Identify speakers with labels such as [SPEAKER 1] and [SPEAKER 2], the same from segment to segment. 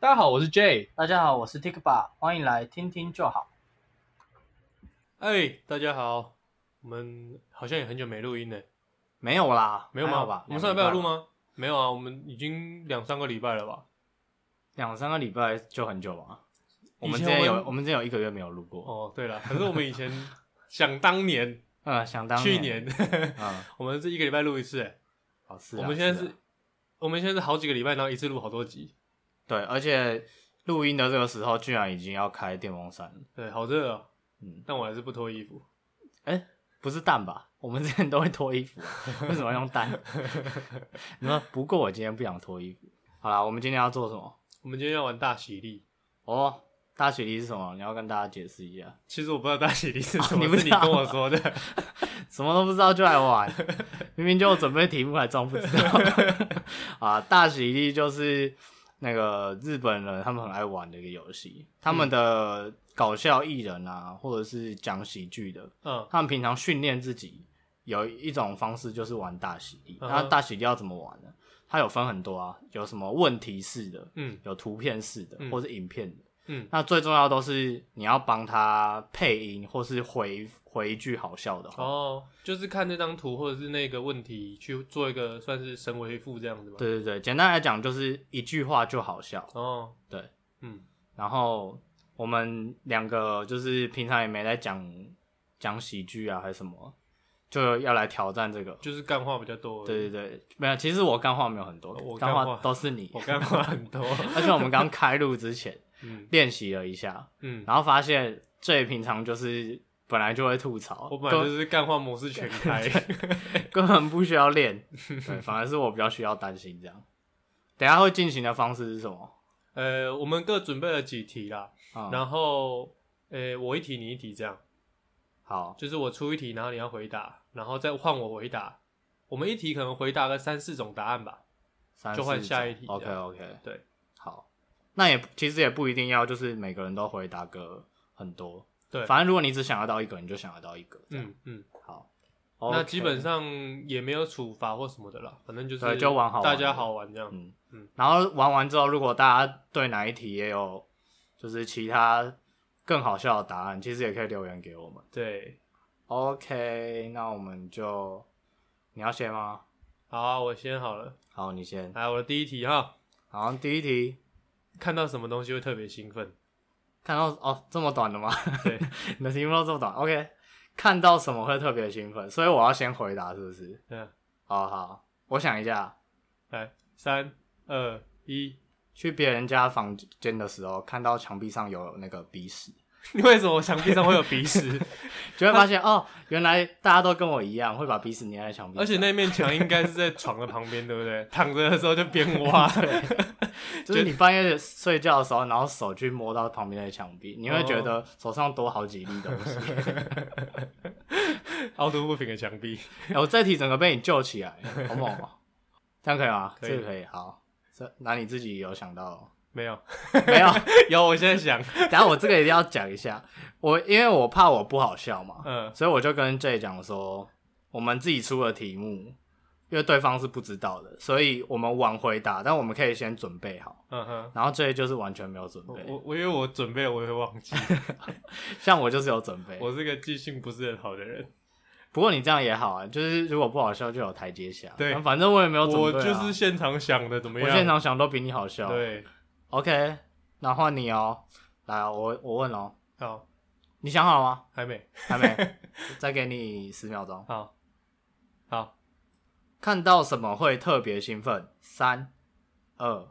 [SPEAKER 1] 大家好，我是 J。
[SPEAKER 2] 大家好，我是 Tikba，欢迎来听听就好。
[SPEAKER 3] 哎，大家好，我们好像也很久没录音了，
[SPEAKER 4] 没有啦，
[SPEAKER 3] 没有
[SPEAKER 4] 还
[SPEAKER 3] 吗？
[SPEAKER 4] 好吧，
[SPEAKER 3] 我们上礼拜有录
[SPEAKER 4] 两个
[SPEAKER 3] 吗？没有啊，我们已经两三个礼拜了吧？
[SPEAKER 4] 礼拜？两三个礼拜就很久啊。我们
[SPEAKER 3] 以
[SPEAKER 4] 之
[SPEAKER 3] 前
[SPEAKER 4] 前有
[SPEAKER 3] 我们
[SPEAKER 4] 我们之前有一个月没有录过，
[SPEAKER 3] 哦，对了，可是我们以前想当 年，
[SPEAKER 4] 嗯，想当
[SPEAKER 3] 去
[SPEAKER 4] 年，
[SPEAKER 3] 年
[SPEAKER 4] 嗯，
[SPEAKER 3] 我们是一个礼拜录一次，哎，
[SPEAKER 4] 好是啊，
[SPEAKER 3] 我们现在是
[SPEAKER 4] 是啊，
[SPEAKER 3] 我们现在是好几个礼拜，然后一次录好多集，
[SPEAKER 4] 对，而且录音的这个时候居然已经要开电风扇了，
[SPEAKER 3] 对，好热啊，
[SPEAKER 4] 嗯，
[SPEAKER 3] 但我还是不脱衣服，
[SPEAKER 4] 不是蛋吧？我们之前都会脱衣服啊，为什么要用蛋？你说不过我今天不想脱衣服。好啦，我们今天要做什么？
[SPEAKER 3] 我们今天要玩大喜力。
[SPEAKER 4] 哦，大学历是什么？你要跟大家解释一下，
[SPEAKER 3] 其实我不知道大喜力是什
[SPEAKER 4] 哦
[SPEAKER 3] 么，
[SPEAKER 4] 你不
[SPEAKER 3] 是
[SPEAKER 4] 知
[SPEAKER 3] 你
[SPEAKER 4] 道
[SPEAKER 3] 跟我说的。
[SPEAKER 4] 什么都不知道就来玩， 明明就有准备题目还装不知道 啊！大喜力就是那个日本人他们很爱玩的一个游戏，他们的搞笑艺人啊，或者是讲喜剧的，
[SPEAKER 3] 嗯，
[SPEAKER 4] 他们平常训练自己有一种方式就是玩大喜力。
[SPEAKER 3] 嗯
[SPEAKER 4] 那大喜力要怎么玩呢？它有分很多啊，有什么问题式的，
[SPEAKER 3] 嗯
[SPEAKER 4] 有图片式的
[SPEAKER 3] 嗯，
[SPEAKER 4] 或是影片的。
[SPEAKER 3] 嗯
[SPEAKER 4] 那最重要都是你要帮他配音，或是回回一句好笑的话。
[SPEAKER 3] 哦，就是看那张图或者是那个问题去做一个算是神回复这样子吧。，
[SPEAKER 4] 对对对，简单来讲就是一句话就好笑。
[SPEAKER 3] 哦，
[SPEAKER 4] 对，
[SPEAKER 3] 嗯，
[SPEAKER 4] 然后我们两个就是平常也没在讲讲喜剧啊，还是什么，就要来挑战这个。
[SPEAKER 3] 就是干话比较多。
[SPEAKER 4] 对对对，没有，其实我干话没有很多，
[SPEAKER 3] 我干
[SPEAKER 4] 干
[SPEAKER 3] 话
[SPEAKER 4] 话都是你。
[SPEAKER 3] 我哦干话很多。
[SPEAKER 4] 而且我们刚开录之前
[SPEAKER 3] 嗯
[SPEAKER 4] 练习了一下，
[SPEAKER 3] 嗯，
[SPEAKER 4] 然后发现最平常就是本来就会吐槽，
[SPEAKER 3] 我本来就
[SPEAKER 4] 根
[SPEAKER 3] 是干话模式全开。
[SPEAKER 4] 根本不需要练，对，反而是我比较需要担心这样。等一下会进行的方式是什么？
[SPEAKER 3] 呃，我们各准备了几题啦，
[SPEAKER 4] 嗯，
[SPEAKER 3] 然后呃，我一题你一题这样，
[SPEAKER 4] 好，
[SPEAKER 3] 就是我出一题，然后你要回答，然后再换我回答。我们一题可能回答个三四种答案吧。
[SPEAKER 4] 三
[SPEAKER 3] 就换
[SPEAKER 4] 四
[SPEAKER 3] 下
[SPEAKER 4] 种
[SPEAKER 3] 一题这
[SPEAKER 4] OK
[SPEAKER 3] 样
[SPEAKER 4] OK，
[SPEAKER 3] 对，
[SPEAKER 4] 好，那也其实也不一定要就是每个人都回答个很多，
[SPEAKER 3] 对，
[SPEAKER 4] 反正如果你只想得到一个，你就想得到一个。这样，
[SPEAKER 3] 嗯嗯，
[SPEAKER 4] 好，
[SPEAKER 3] 那
[SPEAKER 4] OK
[SPEAKER 3] 基本上也没有处罚或什么的啦，反正就是
[SPEAKER 4] 对就玩好玩的
[SPEAKER 3] 大家好玩这样。
[SPEAKER 4] 嗯
[SPEAKER 3] 嗯，
[SPEAKER 4] 然后玩完之后，如果大家对哪一题也有就是其他更好笑的答案，其实也可以留言给我们。
[SPEAKER 3] 对，
[SPEAKER 4] OK，那我们就你要先吗？
[SPEAKER 3] 好啊、我先好了。
[SPEAKER 4] 好，你先。
[SPEAKER 3] 来，我的第一题哈，
[SPEAKER 4] 好，第一题
[SPEAKER 3] 看到什么东西会特别兴奋？
[SPEAKER 4] 看到哦这么短的吗？
[SPEAKER 3] 对，
[SPEAKER 4] 你的题目都这么短。OK，看到什么会特别兴奋？所以我要先回答是不是？
[SPEAKER 3] 嗯，
[SPEAKER 4] 好好，我想一下，
[SPEAKER 3] 来，三二一，
[SPEAKER 4] 去别人家房间的时候，看到墙壁上有那个鼻屎。
[SPEAKER 3] 为什么墙壁上会有鼻屎？
[SPEAKER 4] 就会发现哦，原来大家都跟我一样会把鼻屎粘在墙壁上，
[SPEAKER 3] 而且那面墙应该是在床的旁边，对不对？躺着的时候就边挖，
[SPEAKER 4] 就是你半夜睡觉的时候，然后手去摸到旁边的墙壁，你会觉
[SPEAKER 3] 哦
[SPEAKER 4] 得手上多好几粒东 西。
[SPEAKER 3] 凹凸不平的墙壁。
[SPEAKER 4] 哎我这题整个被你救起来，好猛哦！这样可以吗？
[SPEAKER 3] 可以
[SPEAKER 4] 这个可以，好。这那你自己有想到哦
[SPEAKER 3] 没有，
[SPEAKER 4] 没有？
[SPEAKER 3] 有，我现在想，
[SPEAKER 4] 等一下我这个一定要讲一下，我因为我怕我不好笑嘛，
[SPEAKER 3] 嗯
[SPEAKER 4] 所以我就跟 J 讲说，我们自己出的题目，因为对方是不知道的，所以我们晚回答，但我们可以先准备好。
[SPEAKER 3] 嗯哼，
[SPEAKER 4] 然后这就是完全没有准
[SPEAKER 3] 我
[SPEAKER 4] 备，
[SPEAKER 3] 我我因为我准备了我会忘记，
[SPEAKER 4] 像我就是有准备。
[SPEAKER 3] 我是个记性不是很好的人。
[SPEAKER 4] 不过你这样也好啊，就是如果不好笑就有台阶下。
[SPEAKER 3] 对
[SPEAKER 4] 那反正我也没有准备、
[SPEAKER 3] 我
[SPEAKER 4] 啊，
[SPEAKER 3] 就是现场想的，怎么
[SPEAKER 4] 我
[SPEAKER 3] 样？
[SPEAKER 4] 现场想都比你好笑。
[SPEAKER 3] 对，
[SPEAKER 4] ，OK，那换你哦。来啊，我我问哦，
[SPEAKER 3] 好，
[SPEAKER 4] 你想好了吗？
[SPEAKER 3] 还没，
[SPEAKER 4] 还 没，再给你十秒钟。
[SPEAKER 3] 好，好，
[SPEAKER 4] 看到什么会特别兴奋？三、二、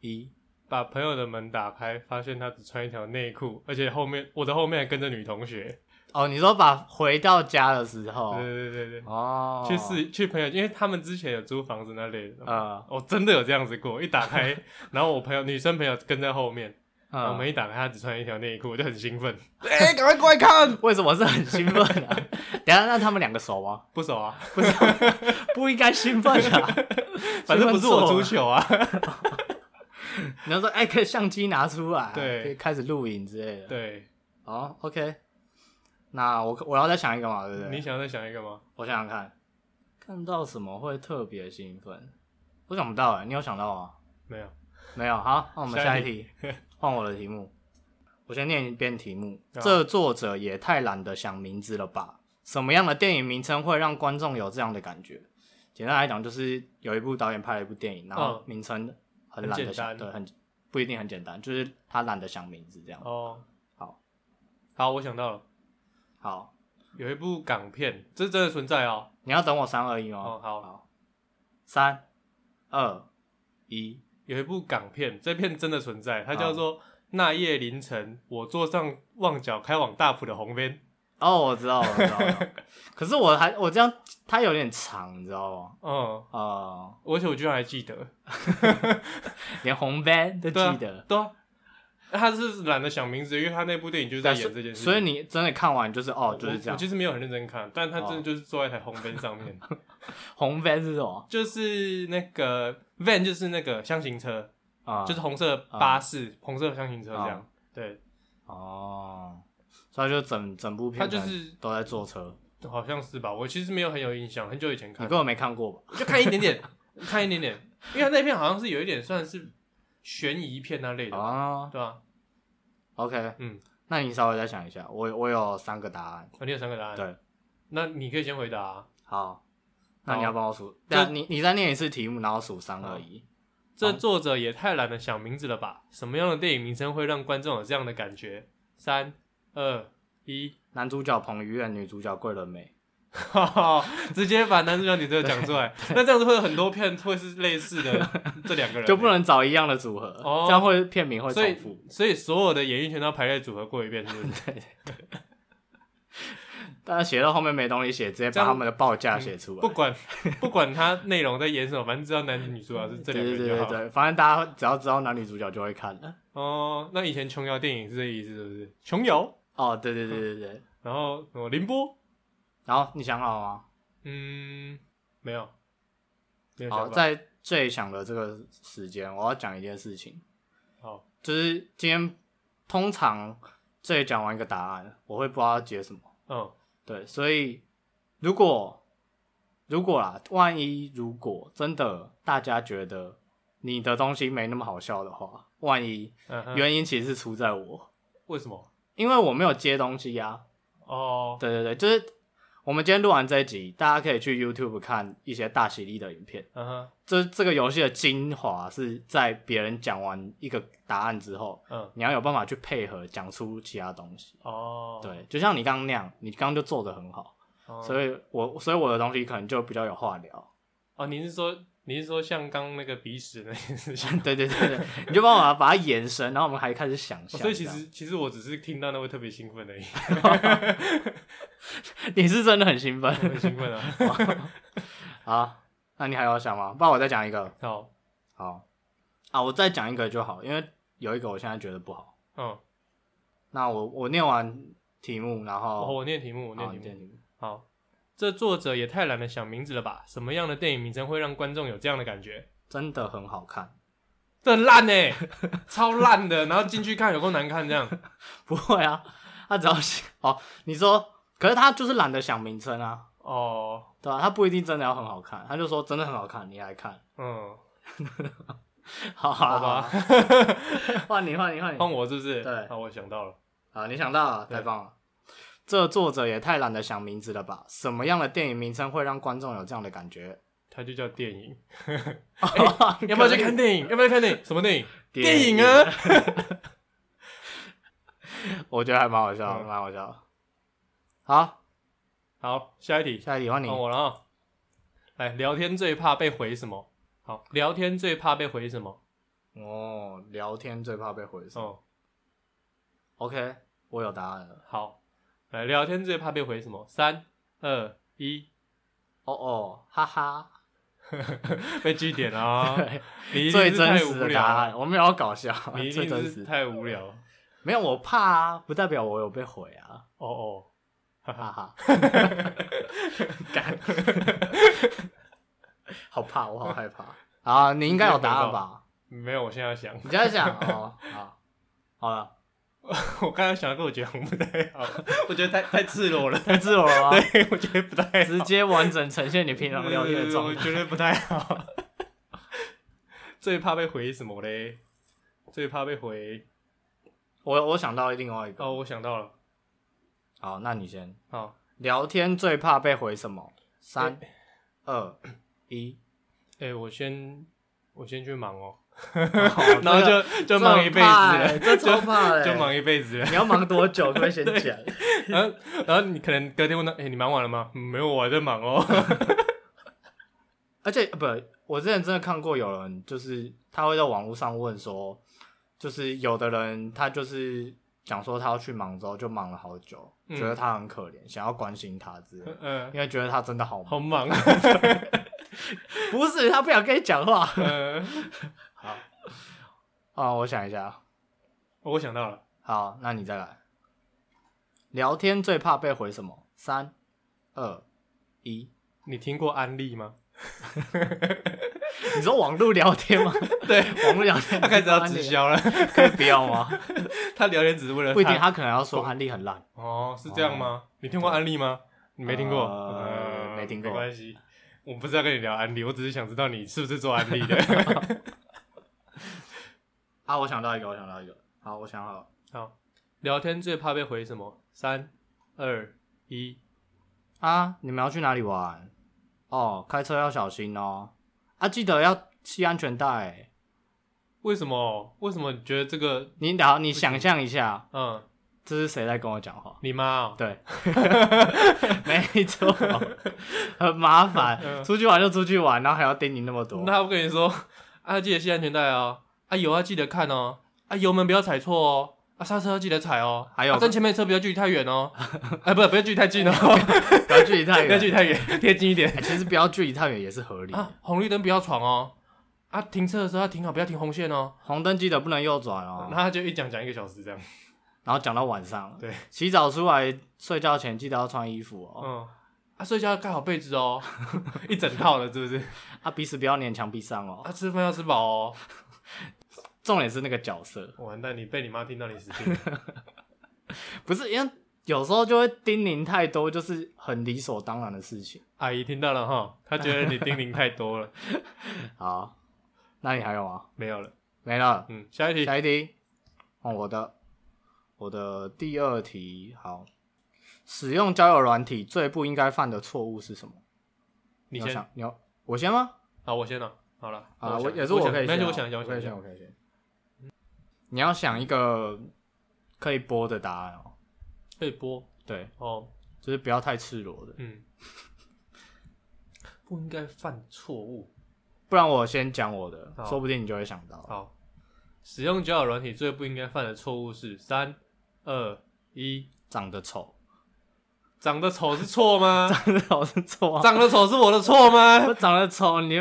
[SPEAKER 4] 一。
[SPEAKER 3] 把朋友的门打开，发现他只穿一条内裤，而且后面我的后面还跟着女同学。
[SPEAKER 4] 哦，你说把回到家的时候，
[SPEAKER 3] 对对对对，
[SPEAKER 4] 哦，
[SPEAKER 3] 去试去朋友，因为他们之前有租房子那类的，
[SPEAKER 4] 呃，
[SPEAKER 3] 我、真的有这样子过，一打开，然后我朋友女生朋友跟在后面，然后
[SPEAKER 4] 嗯，
[SPEAKER 3] 我们一打开，她只穿一条内裤，我就很兴奋，
[SPEAKER 4] 哎，赶快过来看！ 为什么是很兴奋 啊？等一下，那他们两个熟吗？
[SPEAKER 3] 不熟啊，
[SPEAKER 4] 不是，不应该兴奋啊！
[SPEAKER 3] 反正不是我出
[SPEAKER 4] 去，
[SPEAKER 3] 糗啊，
[SPEAKER 4] 你要说哎，可以相机拿出来，
[SPEAKER 3] 对
[SPEAKER 4] 可以开始录影之类的。，
[SPEAKER 3] 对，
[SPEAKER 4] 好，OK。那我我要再想一个嘛，对不
[SPEAKER 3] 你
[SPEAKER 4] 对？
[SPEAKER 3] 想要再想一个吗？
[SPEAKER 4] 我想想看，看到什么会特别兴奋？我想不到哎，你有想到吗？
[SPEAKER 3] 没有，
[SPEAKER 4] 没有，好，那我们
[SPEAKER 3] 下
[SPEAKER 4] 下
[SPEAKER 3] 一
[SPEAKER 4] 一题， 换我的题目。我先念一遍题目。
[SPEAKER 3] 好
[SPEAKER 4] 这作者也太懒得想名字了吧？什么样的电影名称会让观众有这样的感觉？简单来讲，就是有一部导演拍了一部电影，然后
[SPEAKER 3] 嗯
[SPEAKER 4] 名称很
[SPEAKER 3] 很
[SPEAKER 4] 懒得
[SPEAKER 3] 简
[SPEAKER 4] 想，
[SPEAKER 3] 单
[SPEAKER 4] 对，很不一定很简单，就是他懒得想名字这样。
[SPEAKER 3] 哦，
[SPEAKER 4] 好，
[SPEAKER 3] 好，我想到了，
[SPEAKER 4] 好，
[SPEAKER 3] 有一部港片，这是真的存在哦。
[SPEAKER 4] 你要等我三二一
[SPEAKER 3] 哦
[SPEAKER 4] 哦。，
[SPEAKER 3] 好，
[SPEAKER 4] 好，三二一，
[SPEAKER 3] 有一部港片，这片真的存在，它叫
[SPEAKER 4] 啊
[SPEAKER 3] 做《那夜凌晨，我坐上旺角开往大埔的红边》。
[SPEAKER 4] 哦，我知道，我知道。 我知道可是我还我这样，它有点长，你知道吗？
[SPEAKER 3] 嗯，
[SPEAKER 4] 呃，
[SPEAKER 3] 而且我居然还记得，
[SPEAKER 4] 连红 van 都
[SPEAKER 3] 对啊
[SPEAKER 4] 记得。
[SPEAKER 3] 对啊，他是懒得想名字，因为他那部电影就是在演这件事情，
[SPEAKER 4] 啊所以你真的看完就是
[SPEAKER 3] 我
[SPEAKER 4] 哦，就是这
[SPEAKER 3] 我
[SPEAKER 4] 样啊
[SPEAKER 3] 其。实没有很认真看，但他真的
[SPEAKER 4] 哦
[SPEAKER 3] 就是坐在一台红 van 上 面，
[SPEAKER 4] 红 van 是什么
[SPEAKER 3] 就是那个 van 就是那个箱型车，
[SPEAKER 4] 啊？
[SPEAKER 3] 就是红色巴士，红色箱型车这样。
[SPEAKER 4] 啊
[SPEAKER 3] 对，
[SPEAKER 4] 哦，所以就整整部片
[SPEAKER 3] 他就
[SPEAKER 4] 可能
[SPEAKER 3] 是
[SPEAKER 4] 都在坐车，
[SPEAKER 3] 好像是吧？我其实没有很有印象，很久以前
[SPEAKER 4] 你
[SPEAKER 3] 看
[SPEAKER 4] 根，本没看过吧？
[SPEAKER 3] 就看一点点， 看一点点，因为他那片好像是有一点算是悬疑片那类的，
[SPEAKER 4] 啊
[SPEAKER 3] 对吧？
[SPEAKER 4] ，OK，
[SPEAKER 3] 嗯，
[SPEAKER 4] 那你稍微再想一下，我我有三个答案，
[SPEAKER 3] 啊你有三个答案，
[SPEAKER 4] 对，
[SPEAKER 3] 那你可以先回答啊。
[SPEAKER 4] 好，那你要帮我数，
[SPEAKER 3] 这
[SPEAKER 4] 那你你再念一次题目，然后数三二一，
[SPEAKER 3] 这作者也太懒得想名字了吧？什么样的电影名称会让观众有这样的感觉？三、二、一，
[SPEAKER 4] 男主角彭于晏，女主角桂纶镁，
[SPEAKER 3] 哈哈，直接把男主角、女主角讲出 来。那这样子会有很多片会是类似的这两个人，
[SPEAKER 4] 就不。能找一样的组合，
[SPEAKER 3] 哦
[SPEAKER 4] 这样会片名会
[SPEAKER 3] 所以
[SPEAKER 4] 重复。，
[SPEAKER 3] 所以所有的演艺圈都要排列组合过一遍，是不是？
[SPEAKER 4] 但是写到后面没东西写，直接
[SPEAKER 3] 这
[SPEAKER 4] 把
[SPEAKER 3] 样
[SPEAKER 4] 他们的报价写出来。
[SPEAKER 3] 不管 不管他内容在演什么，反正知道男女女主角是这
[SPEAKER 4] 对
[SPEAKER 3] 两个人
[SPEAKER 4] 对对
[SPEAKER 3] 就
[SPEAKER 4] 对
[SPEAKER 3] 好了。
[SPEAKER 4] 对，反正大家只要知道男女主角就会看了。
[SPEAKER 3] 哦，那以前琼瑶电影是这个意思，是不是？琼瑶，
[SPEAKER 4] 哦，对对对对对。
[SPEAKER 3] 然后什么凌波，
[SPEAKER 4] 然后你想好了吗？
[SPEAKER 3] 嗯，没有，没有
[SPEAKER 4] 好，
[SPEAKER 3] 想法。
[SPEAKER 4] 哦在最想的这个时间，我要讲一件事情，
[SPEAKER 3] 好，
[SPEAKER 4] 就是今天通常最讲完一个答案，我会不知道要接什么。
[SPEAKER 3] 嗯，
[SPEAKER 4] 对，所以如果如果啦，万一如果真的大家觉得你的东西没那么好笑的话，万一
[SPEAKER 3] 嗯哼
[SPEAKER 4] 原因其实是出在我，
[SPEAKER 3] 为什么？
[SPEAKER 4] 因为我没有接东西呀、
[SPEAKER 3] 哦，
[SPEAKER 4] 对对对，就是我们今天录完这一集，大家可以去 YouTube 看一些大喜力的影片。
[SPEAKER 3] 嗯哼，
[SPEAKER 4] 这这个游戏的精华是在别人讲完一个答案之后，
[SPEAKER 3] 嗯，
[SPEAKER 4] 你要有办法去配合讲出其他东西。
[SPEAKER 3] 哦，
[SPEAKER 4] 对，就像你刚刚那样，你刚刚就做的很好，
[SPEAKER 3] 哦，
[SPEAKER 4] 所以我所以我的东西可能就比较有话聊。？
[SPEAKER 3] 哦，您是说您是说像刚那个鼻屎那件事情
[SPEAKER 4] 对对对对，你就帮我把它延伸，然后我们还开始想
[SPEAKER 3] 哦
[SPEAKER 4] 象、
[SPEAKER 3] 所以其实其实我只是听到那会特别兴奋 而已，
[SPEAKER 4] 这样你是真的很兴奋
[SPEAKER 3] 我很兴奋啊。
[SPEAKER 4] 啊！那你还有想吗？不然我再讲一个。
[SPEAKER 3] 好，
[SPEAKER 4] 好啊，我再讲一个就好，因为有一个我现在觉得不好。
[SPEAKER 3] 嗯，
[SPEAKER 4] 那我我念完题目，然后
[SPEAKER 3] 哦，我念题目，我
[SPEAKER 4] 好
[SPEAKER 3] 念
[SPEAKER 4] 你
[SPEAKER 3] 题目。
[SPEAKER 4] 念题目。
[SPEAKER 3] 好，这作者也太懒得想名字了吧？什么样的电影名称会让观众有这样的感觉？
[SPEAKER 4] 真的很好看，
[SPEAKER 3] 这很烂呢、欸 超烂的，然后进去看有够难看这样。
[SPEAKER 4] 不会啊，他只要写哦，你说，可是他就是懒得想名称啊，
[SPEAKER 3] 哦，
[SPEAKER 4] 对吧、他不一定真的要很好看，他就说真的很好看，你来看，
[SPEAKER 3] 嗯，
[SPEAKER 4] 好
[SPEAKER 3] 好
[SPEAKER 4] 好
[SPEAKER 3] 吧
[SPEAKER 4] 吧，，换你换你换你，
[SPEAKER 3] 换我是不是？
[SPEAKER 4] 对
[SPEAKER 3] 好，我想到了，
[SPEAKER 4] 好，你想到了，太棒了。这作者也太懒得想名字了吧？什么样的电影名称会让观众有这样的感觉？
[SPEAKER 3] 它就叫电 影。哎要不要去看
[SPEAKER 4] 可
[SPEAKER 3] 电影？要不要去看电影？什么电影？
[SPEAKER 4] 以
[SPEAKER 3] 电影？啊！
[SPEAKER 4] 我觉得还蛮好笑的，
[SPEAKER 3] 嗯
[SPEAKER 4] 蛮好笑的。好，
[SPEAKER 3] 好，下一题，
[SPEAKER 4] 下一题换你
[SPEAKER 3] 换。我了啊！来，聊天最怕被回什么？好，聊天最怕被回什么？
[SPEAKER 4] 哦，聊天最怕被回收。
[SPEAKER 3] 哦，
[SPEAKER 4] OK，我有答案了。
[SPEAKER 3] 好，来，聊天最怕被回什么？三、二、一，
[SPEAKER 4] 哦哦，哈哈，
[SPEAKER 3] 被据点 啊！你一定
[SPEAKER 4] 最
[SPEAKER 3] 是
[SPEAKER 4] 真
[SPEAKER 3] 太无
[SPEAKER 4] 实的
[SPEAKER 3] 聊
[SPEAKER 4] 答
[SPEAKER 3] 了，
[SPEAKER 4] 案，我没有要搞笑，
[SPEAKER 3] 你一
[SPEAKER 4] 最真
[SPEAKER 3] 定
[SPEAKER 4] 实
[SPEAKER 3] 是。太无聊了。
[SPEAKER 4] 没有，我怕啊，不代表我有被毁啊，
[SPEAKER 3] 哦哦，
[SPEAKER 4] 哈哈， 干， 好怕，我好害 怕。啊，你应该有答案吧？
[SPEAKER 3] 没有，我现在想，
[SPEAKER 4] 你这样想哦，好，好了，
[SPEAKER 3] 我刚才想跟我觉得不太好， 我觉得太太赤裸了，
[SPEAKER 4] 太自我了吧，
[SPEAKER 3] 对我觉得不太好
[SPEAKER 4] 直接完整呈现你平常聊天的
[SPEAKER 3] 我
[SPEAKER 4] 状态。
[SPEAKER 3] 觉得不太好。 最怕被回什么嘞？最怕被回
[SPEAKER 4] 我我想到另外一个，
[SPEAKER 3] 哦，我想到了，
[SPEAKER 4] 好，那你先
[SPEAKER 3] 好，
[SPEAKER 4] 聊天最怕被回什么？三、二、 一，
[SPEAKER 3] 哎、我先我先去忙哦，
[SPEAKER 4] 然
[SPEAKER 3] 然后就就忙一辈子了，
[SPEAKER 4] 这超怕 的，
[SPEAKER 3] 就忙一辈子了。
[SPEAKER 4] 你要忙多久？可不可以先讲？
[SPEAKER 3] 然后然后你可能隔天问他，哎、你忙完了吗？嗯没有，我还在忙哦。
[SPEAKER 4] 而且呃不，我之前真的看过有人，就是他会在网络上问说，就是有的人他就是讲说他要去忙之后就忙了好久，
[SPEAKER 3] 嗯
[SPEAKER 4] 觉得他很可怜，想要关心他之类的，
[SPEAKER 3] 嗯、
[SPEAKER 4] 因为觉得他真 的好
[SPEAKER 3] 好
[SPEAKER 4] 忙。
[SPEAKER 3] 忙。
[SPEAKER 4] 不是他不想跟你讲话
[SPEAKER 3] 呃，
[SPEAKER 4] 啊、我想一下，
[SPEAKER 3] 哦我想到了，
[SPEAKER 4] 好，那你再来。聊天最怕被回什么？三、二、一。
[SPEAKER 3] 你听过安利 吗？
[SPEAKER 4] 你说网络聊天吗？
[SPEAKER 3] 对，
[SPEAKER 4] 网络聊天
[SPEAKER 3] 他开始要直，销了，
[SPEAKER 4] 可以不要吗？
[SPEAKER 3] 他聊天只是为了
[SPEAKER 4] 不一定，他可能要说安利很烂。
[SPEAKER 3] 哦，是这样吗？你听过安利吗？你没听过？嗯
[SPEAKER 4] 呃没听过
[SPEAKER 3] 没关系。我不是要跟你聊安利，我只是想知道你是不是做安利的。
[SPEAKER 4] 啊，我想到一个，我想到一个，好，我想好了，
[SPEAKER 3] 好，聊天最怕被回什么？三、二、一。
[SPEAKER 4] 啊，你们要去哪里玩？哦，开车要小心哦，啊，记得要系安全带。欸
[SPEAKER 3] 为什么？为什么你觉得这个？
[SPEAKER 4] 你好，你想象一下，
[SPEAKER 3] 嗯，
[SPEAKER 4] 这是谁在跟我讲话？
[SPEAKER 3] 你妈、哦？
[SPEAKER 4] 对，没错，很麻烦。
[SPEAKER 3] 嗯
[SPEAKER 4] 出去玩就出去玩，然后还要叮咛那么多。
[SPEAKER 3] 那我跟你说， 啊，记得系安全带哦，啊，油要记得看哦，啊，油门不要踩错哦，啊，刹车要记得踩哦，
[SPEAKER 4] 还有
[SPEAKER 3] 啊跟前面车不要距离太远 哦，哎，不，不要距离太近哦，
[SPEAKER 4] 不要距离 太
[SPEAKER 3] 不要距离
[SPEAKER 4] 远，
[SPEAKER 3] 太远，贴近一点
[SPEAKER 4] 哎其实不要距离太远也是合理。
[SPEAKER 3] 啊，红绿灯不要闯哦，啊，停车的时候要停好，不要停红线哦。
[SPEAKER 4] 红灯记得不能右转哦
[SPEAKER 3] 然后。他就一讲讲一个小时这样，
[SPEAKER 4] 然后讲到晚上，
[SPEAKER 3] 对，
[SPEAKER 4] 洗澡出来睡觉前记得要穿衣服哦。
[SPEAKER 3] 嗯，啊，睡觉要盖好被子哦， 一整套的，是不是？
[SPEAKER 4] 啊，彼此不要粘墙壁上哦。
[SPEAKER 3] 啊，吃饭要吃饱哦。
[SPEAKER 4] 重点是那个角色，
[SPEAKER 3] 完蛋，你被你妈听到你死 定了。
[SPEAKER 4] 不是因为有时候就会叮咛太多，就是很理所当然的事情。
[SPEAKER 3] 阿姨听到了哈，她觉得你叮咛太多了，
[SPEAKER 4] 好，那你还有吗？
[SPEAKER 3] 没有了。
[SPEAKER 4] 没了。
[SPEAKER 3] 嗯，下一题。
[SPEAKER 4] 下一题，哦，我的，我的第二题，好，使用交友软体最不应该犯的错误是什么？
[SPEAKER 3] 你
[SPEAKER 4] 要
[SPEAKER 3] 先，
[SPEAKER 4] 想，你要我先吗？
[SPEAKER 3] 好，我先了。好了，
[SPEAKER 4] 啊，
[SPEAKER 3] 我
[SPEAKER 4] 我
[SPEAKER 3] 想
[SPEAKER 4] 也是
[SPEAKER 3] 我
[SPEAKER 4] 我
[SPEAKER 3] 想
[SPEAKER 4] 可以
[SPEAKER 3] 没关系，
[SPEAKER 4] 先
[SPEAKER 3] 我
[SPEAKER 4] 啊
[SPEAKER 3] 想一下，
[SPEAKER 4] 我
[SPEAKER 3] 我
[SPEAKER 4] 可
[SPEAKER 3] 想
[SPEAKER 4] 以
[SPEAKER 3] 一
[SPEAKER 4] 先，
[SPEAKER 3] 下
[SPEAKER 4] 我。可以先。你要想一个可以播的答案哦，
[SPEAKER 3] 可以播
[SPEAKER 4] 对，
[SPEAKER 3] 哦，
[SPEAKER 4] 就是不要太赤裸的，
[SPEAKER 3] 嗯，不应该犯错误。
[SPEAKER 4] 不然我先讲我的，
[SPEAKER 3] 好
[SPEAKER 4] 说不定你就会想到。
[SPEAKER 3] 好，使用交友软体最不应该犯的错误是三二一，
[SPEAKER 4] 长得丑，
[SPEAKER 3] 长得丑是错吗？
[SPEAKER 4] 长得丑是 错啊，
[SPEAKER 3] 长得丑是我的错吗？
[SPEAKER 4] 不长得丑你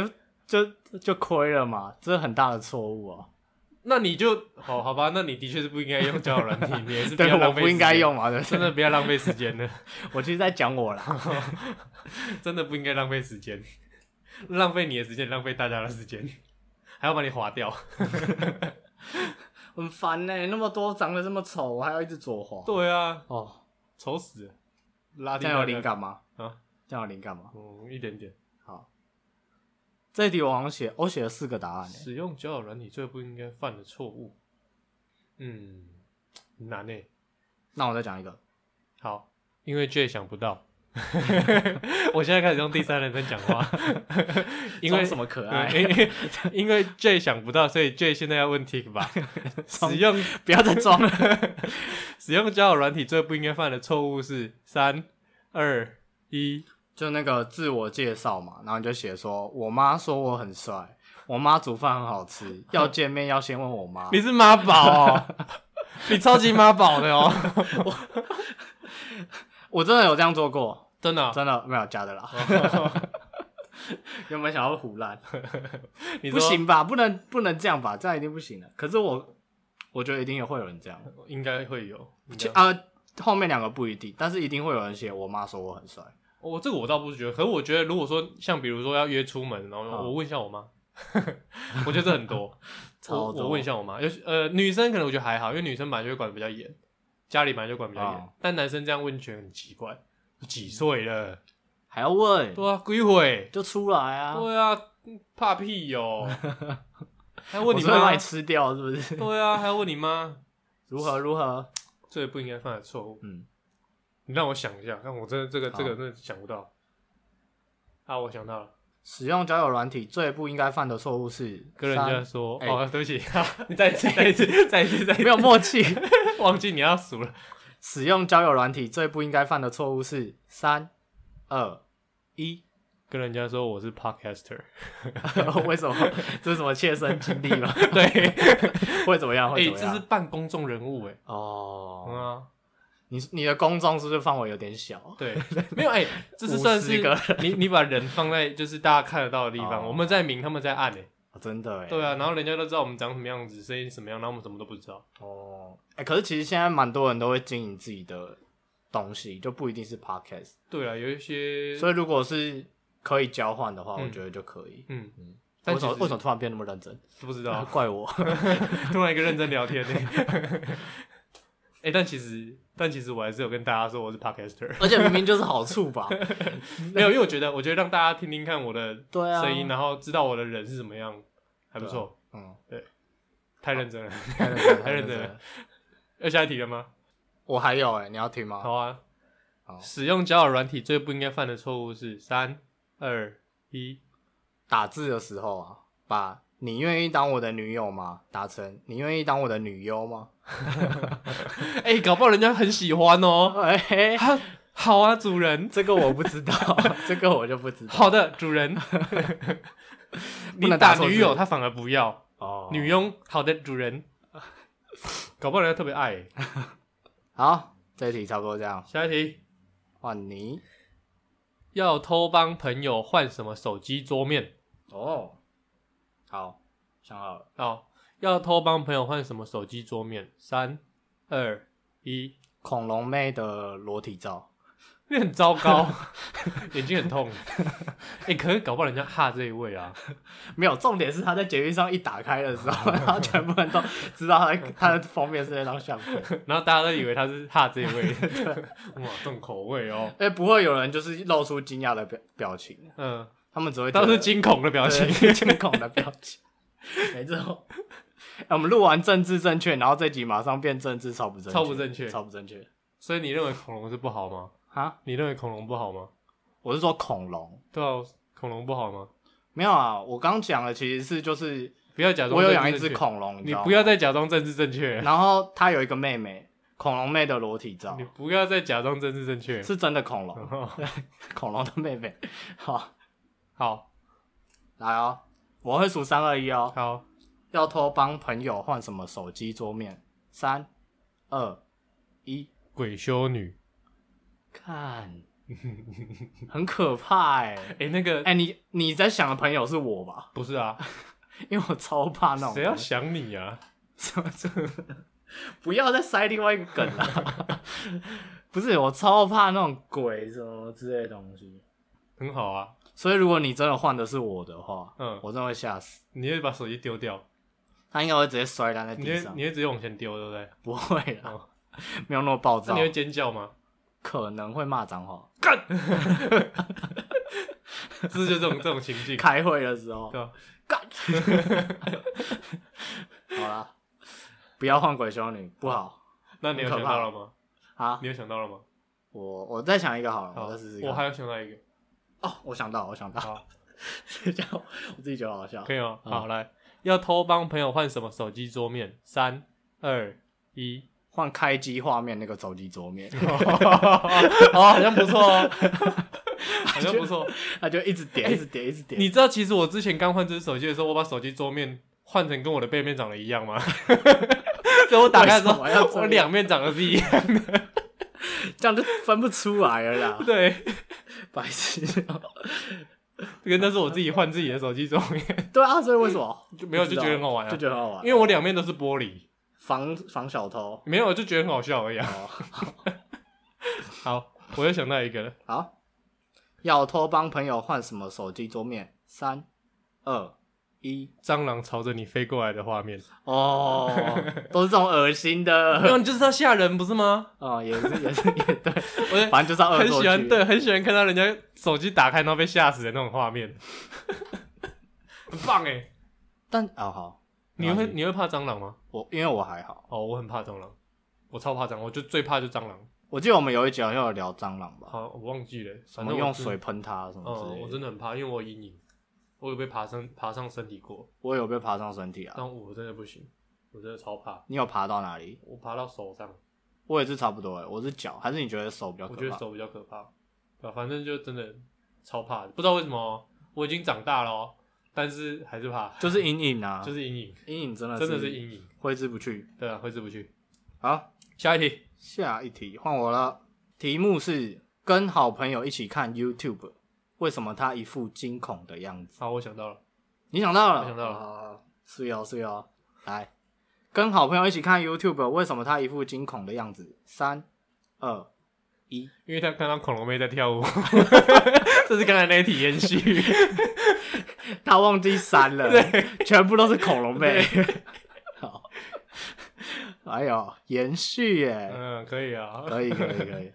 [SPEAKER 4] 就就就亏了嘛，这是很大的错误 啊。
[SPEAKER 3] 那你就好好吧，那你的确是不应该用交友软体，你也是不
[SPEAKER 4] 对，
[SPEAKER 3] 要
[SPEAKER 4] 我
[SPEAKER 3] 浪费，
[SPEAKER 4] 不应该，用嘛，对不
[SPEAKER 3] 真
[SPEAKER 4] 对？
[SPEAKER 3] 的不啊要浪费时间的，
[SPEAKER 4] 我其实在讲我啦，
[SPEAKER 3] 真的不应该浪费时间，浪费你的时间，浪费大家的时间，还要把你划掉。
[SPEAKER 4] 很烦呢、那么多长得这么丑，我还要一直左滑。
[SPEAKER 3] 对啊，
[SPEAKER 4] 哦，
[SPEAKER 3] 丑死了，拉
[SPEAKER 4] 这
[SPEAKER 3] 丁
[SPEAKER 4] 样
[SPEAKER 3] 那
[SPEAKER 4] 有灵
[SPEAKER 3] 个，
[SPEAKER 4] 感吗？
[SPEAKER 3] 啊，
[SPEAKER 4] 这样有灵感吗？
[SPEAKER 3] 嗯，一点点。
[SPEAKER 4] 好，这一题我好像写，我写了四个答案、欸，
[SPEAKER 3] 使用交友软体最不应该犯的错误，嗯，很难欸诶。
[SPEAKER 4] 那我再讲一个，
[SPEAKER 3] 好，因为 J 想不到， 我现在开始用第三人称讲话，因为
[SPEAKER 4] 装什么可
[SPEAKER 3] 嗯
[SPEAKER 4] 爱？
[SPEAKER 3] 因为因为 J 想不到，所以 J 现在要问 Tik 吧。
[SPEAKER 4] 装
[SPEAKER 3] 使用
[SPEAKER 4] 不要再装了。
[SPEAKER 3] 使用交友软体最不应该犯的错误是三二一，
[SPEAKER 4] 就那个自我介绍嘛，然后你就写说，我妈说我很帅，我妈煮饭很好吃，要见面要先问我妈。
[SPEAKER 3] 你是妈宝哦，你超级妈宝的哦，
[SPEAKER 4] 我真的有这样做过，
[SPEAKER 3] 真 的哦、
[SPEAKER 4] 真的没有假的啦。原本想要胡乱，
[SPEAKER 3] 你
[SPEAKER 4] 不
[SPEAKER 3] 说
[SPEAKER 4] 行吧？不能不能这样吧？这样一定不行的。可是我，我觉得一定也会有人这样。
[SPEAKER 3] 应该会有。应
[SPEAKER 4] 就
[SPEAKER 3] 该
[SPEAKER 4] 啊、后面两个不一定，但是一定会有人写我妈说我很帅。
[SPEAKER 3] 我、哦这个我倒不是觉得，可是我觉得如果说像比如说要约出门，然后
[SPEAKER 4] 嗯
[SPEAKER 3] 我问一下我妈， 我觉得这很 多。
[SPEAKER 4] 超
[SPEAKER 3] 我
[SPEAKER 4] 多
[SPEAKER 3] 我问一下我妈，尤其呃女生可能我觉得还好，因为女生本来就会管得比较严，家里本来就管得比较严，
[SPEAKER 4] 哦
[SPEAKER 3] 但男生这样问觉得很奇怪，
[SPEAKER 4] 嗯
[SPEAKER 3] 几岁了？
[SPEAKER 4] 还要问，
[SPEAKER 3] 对啊，几岁？
[SPEAKER 4] 就出来啊。
[SPEAKER 3] 对啊，怕屁哟、还问你
[SPEAKER 4] 我是会把
[SPEAKER 3] 妈
[SPEAKER 4] 你？吃掉是不是？
[SPEAKER 3] 对啊，还问你妈？
[SPEAKER 4] 如何如何？
[SPEAKER 3] 这不应该犯的错误。
[SPEAKER 4] 嗯，
[SPEAKER 3] 你让我想一下，看我真的这个
[SPEAKER 4] 好
[SPEAKER 3] 这个真的想不到。啊，我想到了，
[SPEAKER 4] 使用交友软体最不应该犯的错误是
[SPEAKER 3] 跟人家
[SPEAKER 4] 三
[SPEAKER 3] 说，
[SPEAKER 4] 哎
[SPEAKER 3] 哦，对不 起，你再一次，再一 次，再一次，再一次
[SPEAKER 4] 没有默契。
[SPEAKER 3] 忘记你要数了。
[SPEAKER 4] 使用交友软体最不应该犯的错误是三二一。
[SPEAKER 3] 跟人家说我是 podcaster，
[SPEAKER 4] 为什么？这是什么切身经历吗？
[SPEAKER 3] 对，
[SPEAKER 4] 会怎么样？
[SPEAKER 3] 哎、
[SPEAKER 4] 会怎么
[SPEAKER 3] 这
[SPEAKER 4] 样？
[SPEAKER 3] 是办公众人物哎、嗯
[SPEAKER 4] 哦，
[SPEAKER 3] 啊，
[SPEAKER 4] 你你的公众是不是范围有点小？
[SPEAKER 3] 对，没有哎、这是算是
[SPEAKER 4] 50个
[SPEAKER 3] 你你把人放在就是大家看得到的地方，
[SPEAKER 4] 哦
[SPEAKER 3] 我们在明，他们在暗哎、
[SPEAKER 4] 哦真的哎。
[SPEAKER 3] 对啊，然后人家都知道我们长什么样子，声音什么样，然后我们什么都不知道，
[SPEAKER 4] 哦，哎、可是其实现在蛮多人都会经营自己的东西，就不一定是 podcast。
[SPEAKER 3] 对啊，有一些，
[SPEAKER 4] 所以如果是可以交换的话，
[SPEAKER 3] 嗯
[SPEAKER 4] 我觉得就可以。
[SPEAKER 3] 嗯
[SPEAKER 4] 嗯，
[SPEAKER 3] 但
[SPEAKER 4] 为什么
[SPEAKER 3] 其实哦
[SPEAKER 4] 为什么突然变那么认真？，
[SPEAKER 3] 不知道
[SPEAKER 4] 怪我。
[SPEAKER 3] 突然一个认真聊天、 欸，哎、但其实但其实我还是有跟大家说我是 podcaster，
[SPEAKER 4] 而且明明就是好处 吧？
[SPEAKER 3] 没有，因为我觉得我觉得让大家听听看我的
[SPEAKER 4] 对啊，
[SPEAKER 3] 声音，然后知道我的人是怎么样，还不错，
[SPEAKER 4] 嗯，啊
[SPEAKER 3] 太认真了。
[SPEAKER 4] 太认真了，
[SPEAKER 3] 太
[SPEAKER 4] 太
[SPEAKER 3] 认
[SPEAKER 4] 认
[SPEAKER 3] 真
[SPEAKER 4] 真
[SPEAKER 3] 了
[SPEAKER 4] 了。
[SPEAKER 3] 要下一题了吗？
[SPEAKER 4] 我还有哎、你要听吗？
[SPEAKER 3] 好啊。
[SPEAKER 4] 好
[SPEAKER 3] 使用交友软体最不应该犯的错误是三二一。
[SPEAKER 4] 打字的时候啊，把“你愿意当我的女友吗”打成“你愿意当我的女优吗
[SPEAKER 3] 哎、搞不好人家很喜欢”？哦。
[SPEAKER 4] 哎、嘿
[SPEAKER 3] 啊，好啊，主人。
[SPEAKER 4] 这个我不 知道，这个我就不知道。
[SPEAKER 3] 好的，主人。
[SPEAKER 4] 不
[SPEAKER 3] 你
[SPEAKER 4] 能
[SPEAKER 3] 打
[SPEAKER 4] 打错字
[SPEAKER 3] 女友，他反而不要
[SPEAKER 4] 哦
[SPEAKER 3] 女佣。好的，主人。搞不好人家特别爱欸、
[SPEAKER 4] 好，这一题差不多这样。
[SPEAKER 3] 下一题，
[SPEAKER 4] 换你
[SPEAKER 3] 要偷帮朋友换什么手机桌面？
[SPEAKER 4] 哦，好，想好了，
[SPEAKER 3] 哦，要偷帮朋友换什么手机桌面？三二一。
[SPEAKER 4] 恐龙妹的裸体照。
[SPEAKER 3] 你很糟 糕，眼睛很痛。哎、可是搞不好人家哈这一位啊，
[SPEAKER 4] 没有，重点是他在捷运上一打开的时候，然后全部人都知道他的他的封面是那张相片。
[SPEAKER 3] 然后大家都以为他是哈这一位。 哇，重口味哦。
[SPEAKER 4] 哎、不会有人就是露出惊讶的表表情，
[SPEAKER 3] 嗯，
[SPEAKER 4] 他们只会觉
[SPEAKER 3] 都
[SPEAKER 4] 得
[SPEAKER 3] 是惊恐的表情。
[SPEAKER 4] 对惊恐的表情，没错。 哎我们录完政治正确，然后这集马上变政治超不正确，
[SPEAKER 3] 超不正确
[SPEAKER 4] 超不正确
[SPEAKER 3] 所以你认为恐龙是不好吗？
[SPEAKER 4] 啊！
[SPEAKER 3] 你认为恐龙不好吗？
[SPEAKER 4] 我是说恐龙，
[SPEAKER 3] 对啊，恐龙不好吗？
[SPEAKER 4] 没有啊，我刚讲的其实是就是
[SPEAKER 3] 不要假装。
[SPEAKER 4] 我有养一只，恐龙，
[SPEAKER 3] 你
[SPEAKER 4] 知道吗
[SPEAKER 3] 不要。再假装政治正确。
[SPEAKER 4] 然后它有一个妹妹，恐龙妹的裸体照
[SPEAKER 3] 你，不要再假装政治正确。
[SPEAKER 4] 是真的恐龙， 恐龙的妹妹。好，
[SPEAKER 3] 好
[SPEAKER 4] 来哦，我会数三二一哦，
[SPEAKER 3] 好，
[SPEAKER 4] 要偷帮朋友换什么手机桌面？三二一。
[SPEAKER 3] 鬼修女。
[SPEAKER 4] 看，很可怕哎、
[SPEAKER 3] 哎、那个、
[SPEAKER 4] 哎、你你在想的朋友是我吧？
[SPEAKER 3] 不是啊，
[SPEAKER 4] 因为我超怕那种
[SPEAKER 3] 谁要
[SPEAKER 4] 东西
[SPEAKER 3] 想你啊？
[SPEAKER 4] 什么这 不要再塞另外一个梗了。 不是，我超怕那种鬼什么之类的东西。
[SPEAKER 3] 很好啊，
[SPEAKER 4] 所以如果你真的换的是我的话，
[SPEAKER 3] 嗯，
[SPEAKER 4] 我真的会吓死。
[SPEAKER 3] 你会把手机丢掉。
[SPEAKER 4] 他应该会直接摔烂在
[SPEAKER 3] 你
[SPEAKER 4] 地
[SPEAKER 3] 会
[SPEAKER 4] 上
[SPEAKER 3] 你，会直接往前丢，对不对？
[SPEAKER 4] 不会啦，
[SPEAKER 3] 哦
[SPEAKER 4] 没有那么暴
[SPEAKER 3] 那
[SPEAKER 4] 躁
[SPEAKER 3] 你，会尖叫吗？
[SPEAKER 4] 可能会骂脏话。
[SPEAKER 3] 是不是就这种这种情 境？
[SPEAKER 4] 开会的时候，
[SPEAKER 3] 对啊
[SPEAKER 4] 干，好啦，不要换鬼修女，不好。
[SPEAKER 3] 那你有想到了吗？
[SPEAKER 4] 啊，
[SPEAKER 3] 你有想到了吗？
[SPEAKER 4] 我我再想一个好了，
[SPEAKER 3] 好
[SPEAKER 4] 我再试试，看。
[SPEAKER 3] 我还有想到一个，
[SPEAKER 4] 哦，我想到，我想到，
[SPEAKER 3] 好，
[SPEAKER 4] 这叫我自己觉得好嗯笑
[SPEAKER 3] 可。以吗？
[SPEAKER 4] 好
[SPEAKER 3] 好，来，要偷帮朋友换什么手机桌面？三二一，
[SPEAKER 4] 换开机画面那个手机 桌面，
[SPEAKER 3] 哦，好像不 错哦，好像不错。
[SPEAKER 4] 它就一直点，一直点，一直
[SPEAKER 3] 哎
[SPEAKER 4] 点。
[SPEAKER 3] 你知道，其实我之前刚换这只手机的时候，我把手机桌面换成跟我的背面长得一样 吗？所以我打开的时候，
[SPEAKER 4] 为什么要这样
[SPEAKER 3] 我两面长得是一样。，
[SPEAKER 4] 这样就分不出来了啦
[SPEAKER 3] 对，
[SPEAKER 4] 白痴哦。
[SPEAKER 3] 这个那是我自己换自己的手机桌面，
[SPEAKER 4] 对啊，所以为什么
[SPEAKER 3] 就没有就觉得很好玩啊
[SPEAKER 4] 就。觉得很好玩
[SPEAKER 3] 因，为我两面都是玻璃，
[SPEAKER 4] 防防小偷。
[SPEAKER 3] 没有就觉得很好笑而已、啊。
[SPEAKER 4] 哦，
[SPEAKER 3] 好，我又想到一个了，
[SPEAKER 4] 好，要偷帮朋友换什么手机桌面？三、二、一。
[SPEAKER 3] 蟑螂朝着你飞过来的画面，
[SPEAKER 4] 哦， 都是这种恶心
[SPEAKER 3] 没有，
[SPEAKER 4] 的。
[SPEAKER 3] 你就是要吓人不是吗？
[SPEAKER 4] 哦，也是也是也对，
[SPEAKER 3] 我
[SPEAKER 4] 反正就是要恶
[SPEAKER 3] 很
[SPEAKER 4] 作
[SPEAKER 3] 喜
[SPEAKER 4] 剧。
[SPEAKER 3] 欢，对，很喜欢看到人家手机打开 然后被吓死的那种画面，很棒哎、
[SPEAKER 4] 但哦好，
[SPEAKER 3] 你会
[SPEAKER 4] 哪里
[SPEAKER 3] 你会怕蟑螂吗？
[SPEAKER 4] 我因为我还好，
[SPEAKER 3] 哦，我很怕蟑螂，我超怕蟑螂，我就最怕就蟑螂。
[SPEAKER 4] 我记得我们有一集好像有聊蟑螂吧，
[SPEAKER 3] 好，我忘记了，
[SPEAKER 4] 什
[SPEAKER 3] 反
[SPEAKER 4] 么
[SPEAKER 3] 正我
[SPEAKER 4] 用
[SPEAKER 3] 真
[SPEAKER 4] 水。喷它什么之
[SPEAKER 3] 嗯，
[SPEAKER 4] 类的。
[SPEAKER 3] 我真的很怕，因为我有阴影，我有被爬上爬上身体过，
[SPEAKER 4] 我有被爬上身体啊，
[SPEAKER 3] 但我真的不行，我真的超怕。
[SPEAKER 4] 你有爬到哪里？
[SPEAKER 3] 我爬到手上，
[SPEAKER 4] 我也是差不多哎、我是脚，还是你觉得手比较可
[SPEAKER 3] 我
[SPEAKER 4] 怕？
[SPEAKER 3] 觉得手比较可怕。对啊，反正就真的超怕的，不知道为什么哦我已经长大了哦，但是还是怕，
[SPEAKER 4] 就是阴影啊，
[SPEAKER 3] 就是阴影，
[SPEAKER 4] 阴影真的
[SPEAKER 3] 真的是阴影。
[SPEAKER 4] 挥之不去。
[SPEAKER 3] 对啊，挥之不去。
[SPEAKER 4] 好，
[SPEAKER 3] 下一题，
[SPEAKER 4] 下一题换我了，题目是跟好朋友一起看 YouTube，为什么他一副惊恐的样子？
[SPEAKER 3] 好，我想到了，
[SPEAKER 4] 你想到了，
[SPEAKER 3] 我想到了
[SPEAKER 4] 了，是哦是哦，来，跟好朋友一起看 YouTube，为什么他一副惊恐的样子？三二一，
[SPEAKER 3] 因为他看到恐龙妹在跳舞， 这是刚才那一题延续。
[SPEAKER 4] 他忘记 删了，全部都是恐龙妹。 好，哎呦，延续耶，
[SPEAKER 3] 嗯，可以啊，
[SPEAKER 4] 可以可以 可以，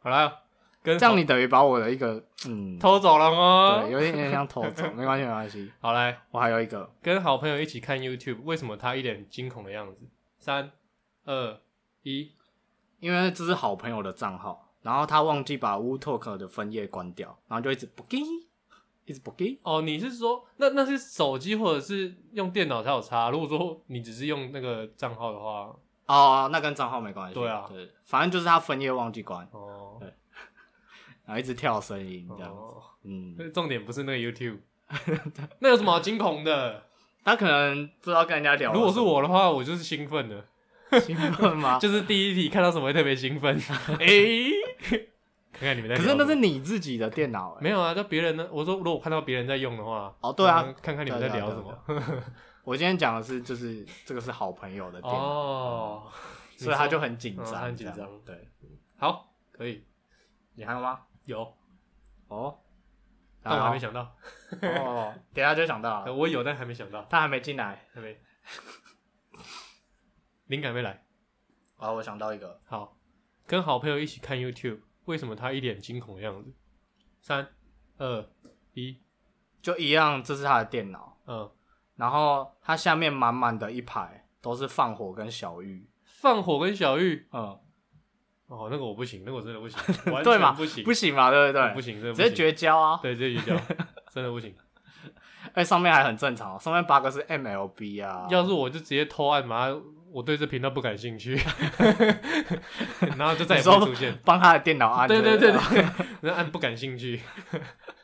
[SPEAKER 3] 好啦，跟
[SPEAKER 4] 这样你等于把我的一个嗯，
[SPEAKER 3] 偷走了
[SPEAKER 4] 对，
[SPEAKER 3] 哦。
[SPEAKER 4] 有一点点像偷走，没关系没关系，
[SPEAKER 3] 好来，
[SPEAKER 4] 我还有一个，
[SPEAKER 3] 跟好朋友一起看 YouTube，为什么他一脸惊恐的样子？三、二、一，
[SPEAKER 4] 因为这是好朋友的账号，然后他忘记把 Wu Talk 的分页关掉，然后就一直不给，一直不给。
[SPEAKER 3] 哦，你是说那那是手机或者是用电脑才有差？如果说你只是用那个账号的话，
[SPEAKER 4] 哦，那跟账号没关系。
[SPEAKER 3] 对啊
[SPEAKER 4] 对，反正就是他分页忘记关，
[SPEAKER 3] 哦，
[SPEAKER 4] 对然后一直跳声音这样子。
[SPEAKER 3] 哦，
[SPEAKER 4] 嗯，
[SPEAKER 3] 重点不是那个 YouTube，那有什么好惊恐的？
[SPEAKER 4] 他可能不知道跟人家聊。
[SPEAKER 3] 如果是，我的话，我就是兴奋的，
[SPEAKER 4] 兴奋吗？
[SPEAKER 3] 就是第一题看到什么会特别兴奋。哎、看看你们在聊什
[SPEAKER 4] 可
[SPEAKER 3] 么。
[SPEAKER 4] 是那是你自己的电脑、欸，
[SPEAKER 3] 没有啊，那别人呢？我说，如果我看到别人在用的话，
[SPEAKER 4] 哦对啊
[SPEAKER 3] 嗯看看你们在聊什么。
[SPEAKER 4] 我今天讲的是，就是这个是好朋友的电脑，
[SPEAKER 3] 哦，
[SPEAKER 4] 啊所以他就很紧
[SPEAKER 3] 嗯
[SPEAKER 4] 张、
[SPEAKER 3] 他很紧张
[SPEAKER 4] 这样对，
[SPEAKER 3] 好，可以
[SPEAKER 4] 你还有吗？
[SPEAKER 3] 有，
[SPEAKER 4] 哦，
[SPEAKER 3] 但我还没
[SPEAKER 4] 想。
[SPEAKER 3] 想到，
[SPEAKER 4] 哦，等一下就想到
[SPEAKER 3] 呃
[SPEAKER 4] 了，
[SPEAKER 3] 我有，但还没想到，
[SPEAKER 4] 他还没进来。
[SPEAKER 3] 还没，灵感没来。哦
[SPEAKER 4] 啊，我想到一个，
[SPEAKER 3] 好，跟好朋友一起看 YouTube，为什么他一脸惊恐的样子？三、二、一，
[SPEAKER 4] 就一样，这是他的电脑，
[SPEAKER 3] 嗯，
[SPEAKER 4] 然后它下面满满的一排都是放火跟小玉。
[SPEAKER 3] 放火跟小玉，
[SPEAKER 4] 嗯，
[SPEAKER 3] 哦，那个我不行，那个我真的不 行，完
[SPEAKER 4] 对嘛？
[SPEAKER 3] 全不行，
[SPEAKER 4] 不行嘛，对不对？
[SPEAKER 3] 不行，真的
[SPEAKER 4] 直
[SPEAKER 3] 不
[SPEAKER 4] 接
[SPEAKER 3] 行，
[SPEAKER 4] 绝交啊！
[SPEAKER 3] 对，直接绝交， 真的不行。
[SPEAKER 4] 哎，上面还很正常哦，上面八个是 MLB 啊，
[SPEAKER 3] 要是我就直接偷按嘛，我对这频道不感兴 趣，然后就再也不会出现。
[SPEAKER 4] 帮他的电脑按。
[SPEAKER 3] 对对对
[SPEAKER 4] 不
[SPEAKER 3] 对，那按不感兴趣，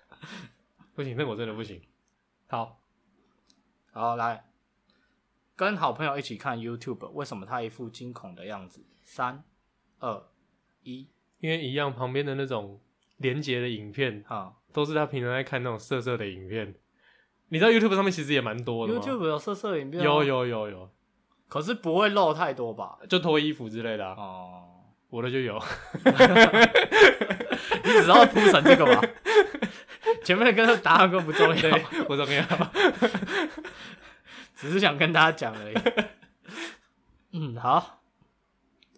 [SPEAKER 3] 不行，那我真的不行。好，
[SPEAKER 4] 好，来跟好朋友一起看 YouTube，为什么他一副惊恐的样子？三、二、一，
[SPEAKER 3] 因为一样旁边的那种连接的影片，
[SPEAKER 4] 哈、
[SPEAKER 3] 都是他平常在看那种色色的影片。你知道 YouTube 上面其实也蛮多的吗
[SPEAKER 4] YouTube 有啊色色影片，
[SPEAKER 3] 有，有有有，
[SPEAKER 4] 可是不会漏太多吧？
[SPEAKER 3] 就脱衣服之类的、啊，
[SPEAKER 4] 哦，
[SPEAKER 3] 我的就有。
[SPEAKER 4] 你只要铺成这个 吧，前面的跟答案根本不重
[SPEAKER 3] 对
[SPEAKER 4] 要，，
[SPEAKER 3] 我怎么样？
[SPEAKER 4] 只是想跟大家讲 而已。嗯，好，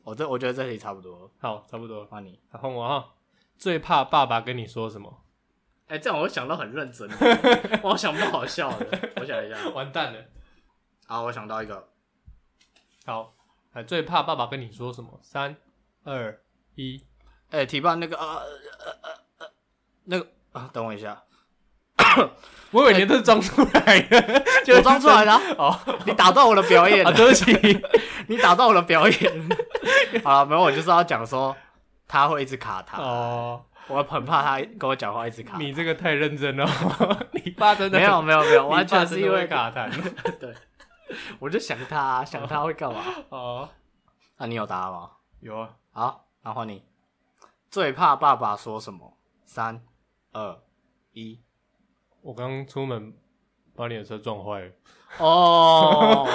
[SPEAKER 4] 我这我觉得这里差不多，
[SPEAKER 3] 好，差不多了，
[SPEAKER 4] 换你。
[SPEAKER 3] 换我哈。最怕爸爸跟你说什么？
[SPEAKER 4] 哎、这样我会想到很认 真，我想不到好笑的，我想一下。
[SPEAKER 3] 完蛋了。
[SPEAKER 4] 好，我想到一个，
[SPEAKER 3] 好，哎，最怕爸爸跟你说什么？三、二、一，
[SPEAKER 4] 哎、提办那个呃呃呃呃那个啊，等我一下，
[SPEAKER 3] 我以为你这是装出来的，
[SPEAKER 4] 哎我装出来的啊、
[SPEAKER 3] 哦，
[SPEAKER 4] 你打断我的表演
[SPEAKER 3] 啊，
[SPEAKER 4] 了，
[SPEAKER 3] 对不起，
[SPEAKER 4] 你打断我的表 演。好了，没有，我就是要讲说他会一直卡他，
[SPEAKER 3] 哦，
[SPEAKER 4] 我很怕他跟我讲话一直卡。
[SPEAKER 3] 你这个太认真了， 你爸真的
[SPEAKER 4] 没有，啊没有没有，
[SPEAKER 3] 你
[SPEAKER 4] 完
[SPEAKER 3] 爸
[SPEAKER 4] 全
[SPEAKER 3] 真
[SPEAKER 4] 是
[SPEAKER 3] 的
[SPEAKER 4] 因为
[SPEAKER 3] 会，卡痰
[SPEAKER 4] 对，我就想他、啊，想他会干 嘛？
[SPEAKER 3] 哦，
[SPEAKER 4] 那、啊你有答案吗？
[SPEAKER 3] 有啊，
[SPEAKER 4] 好，那换你。最怕爸爸说什么？三、二、一。
[SPEAKER 3] 我刚出门把你的车撞坏了，
[SPEAKER 4] 哦，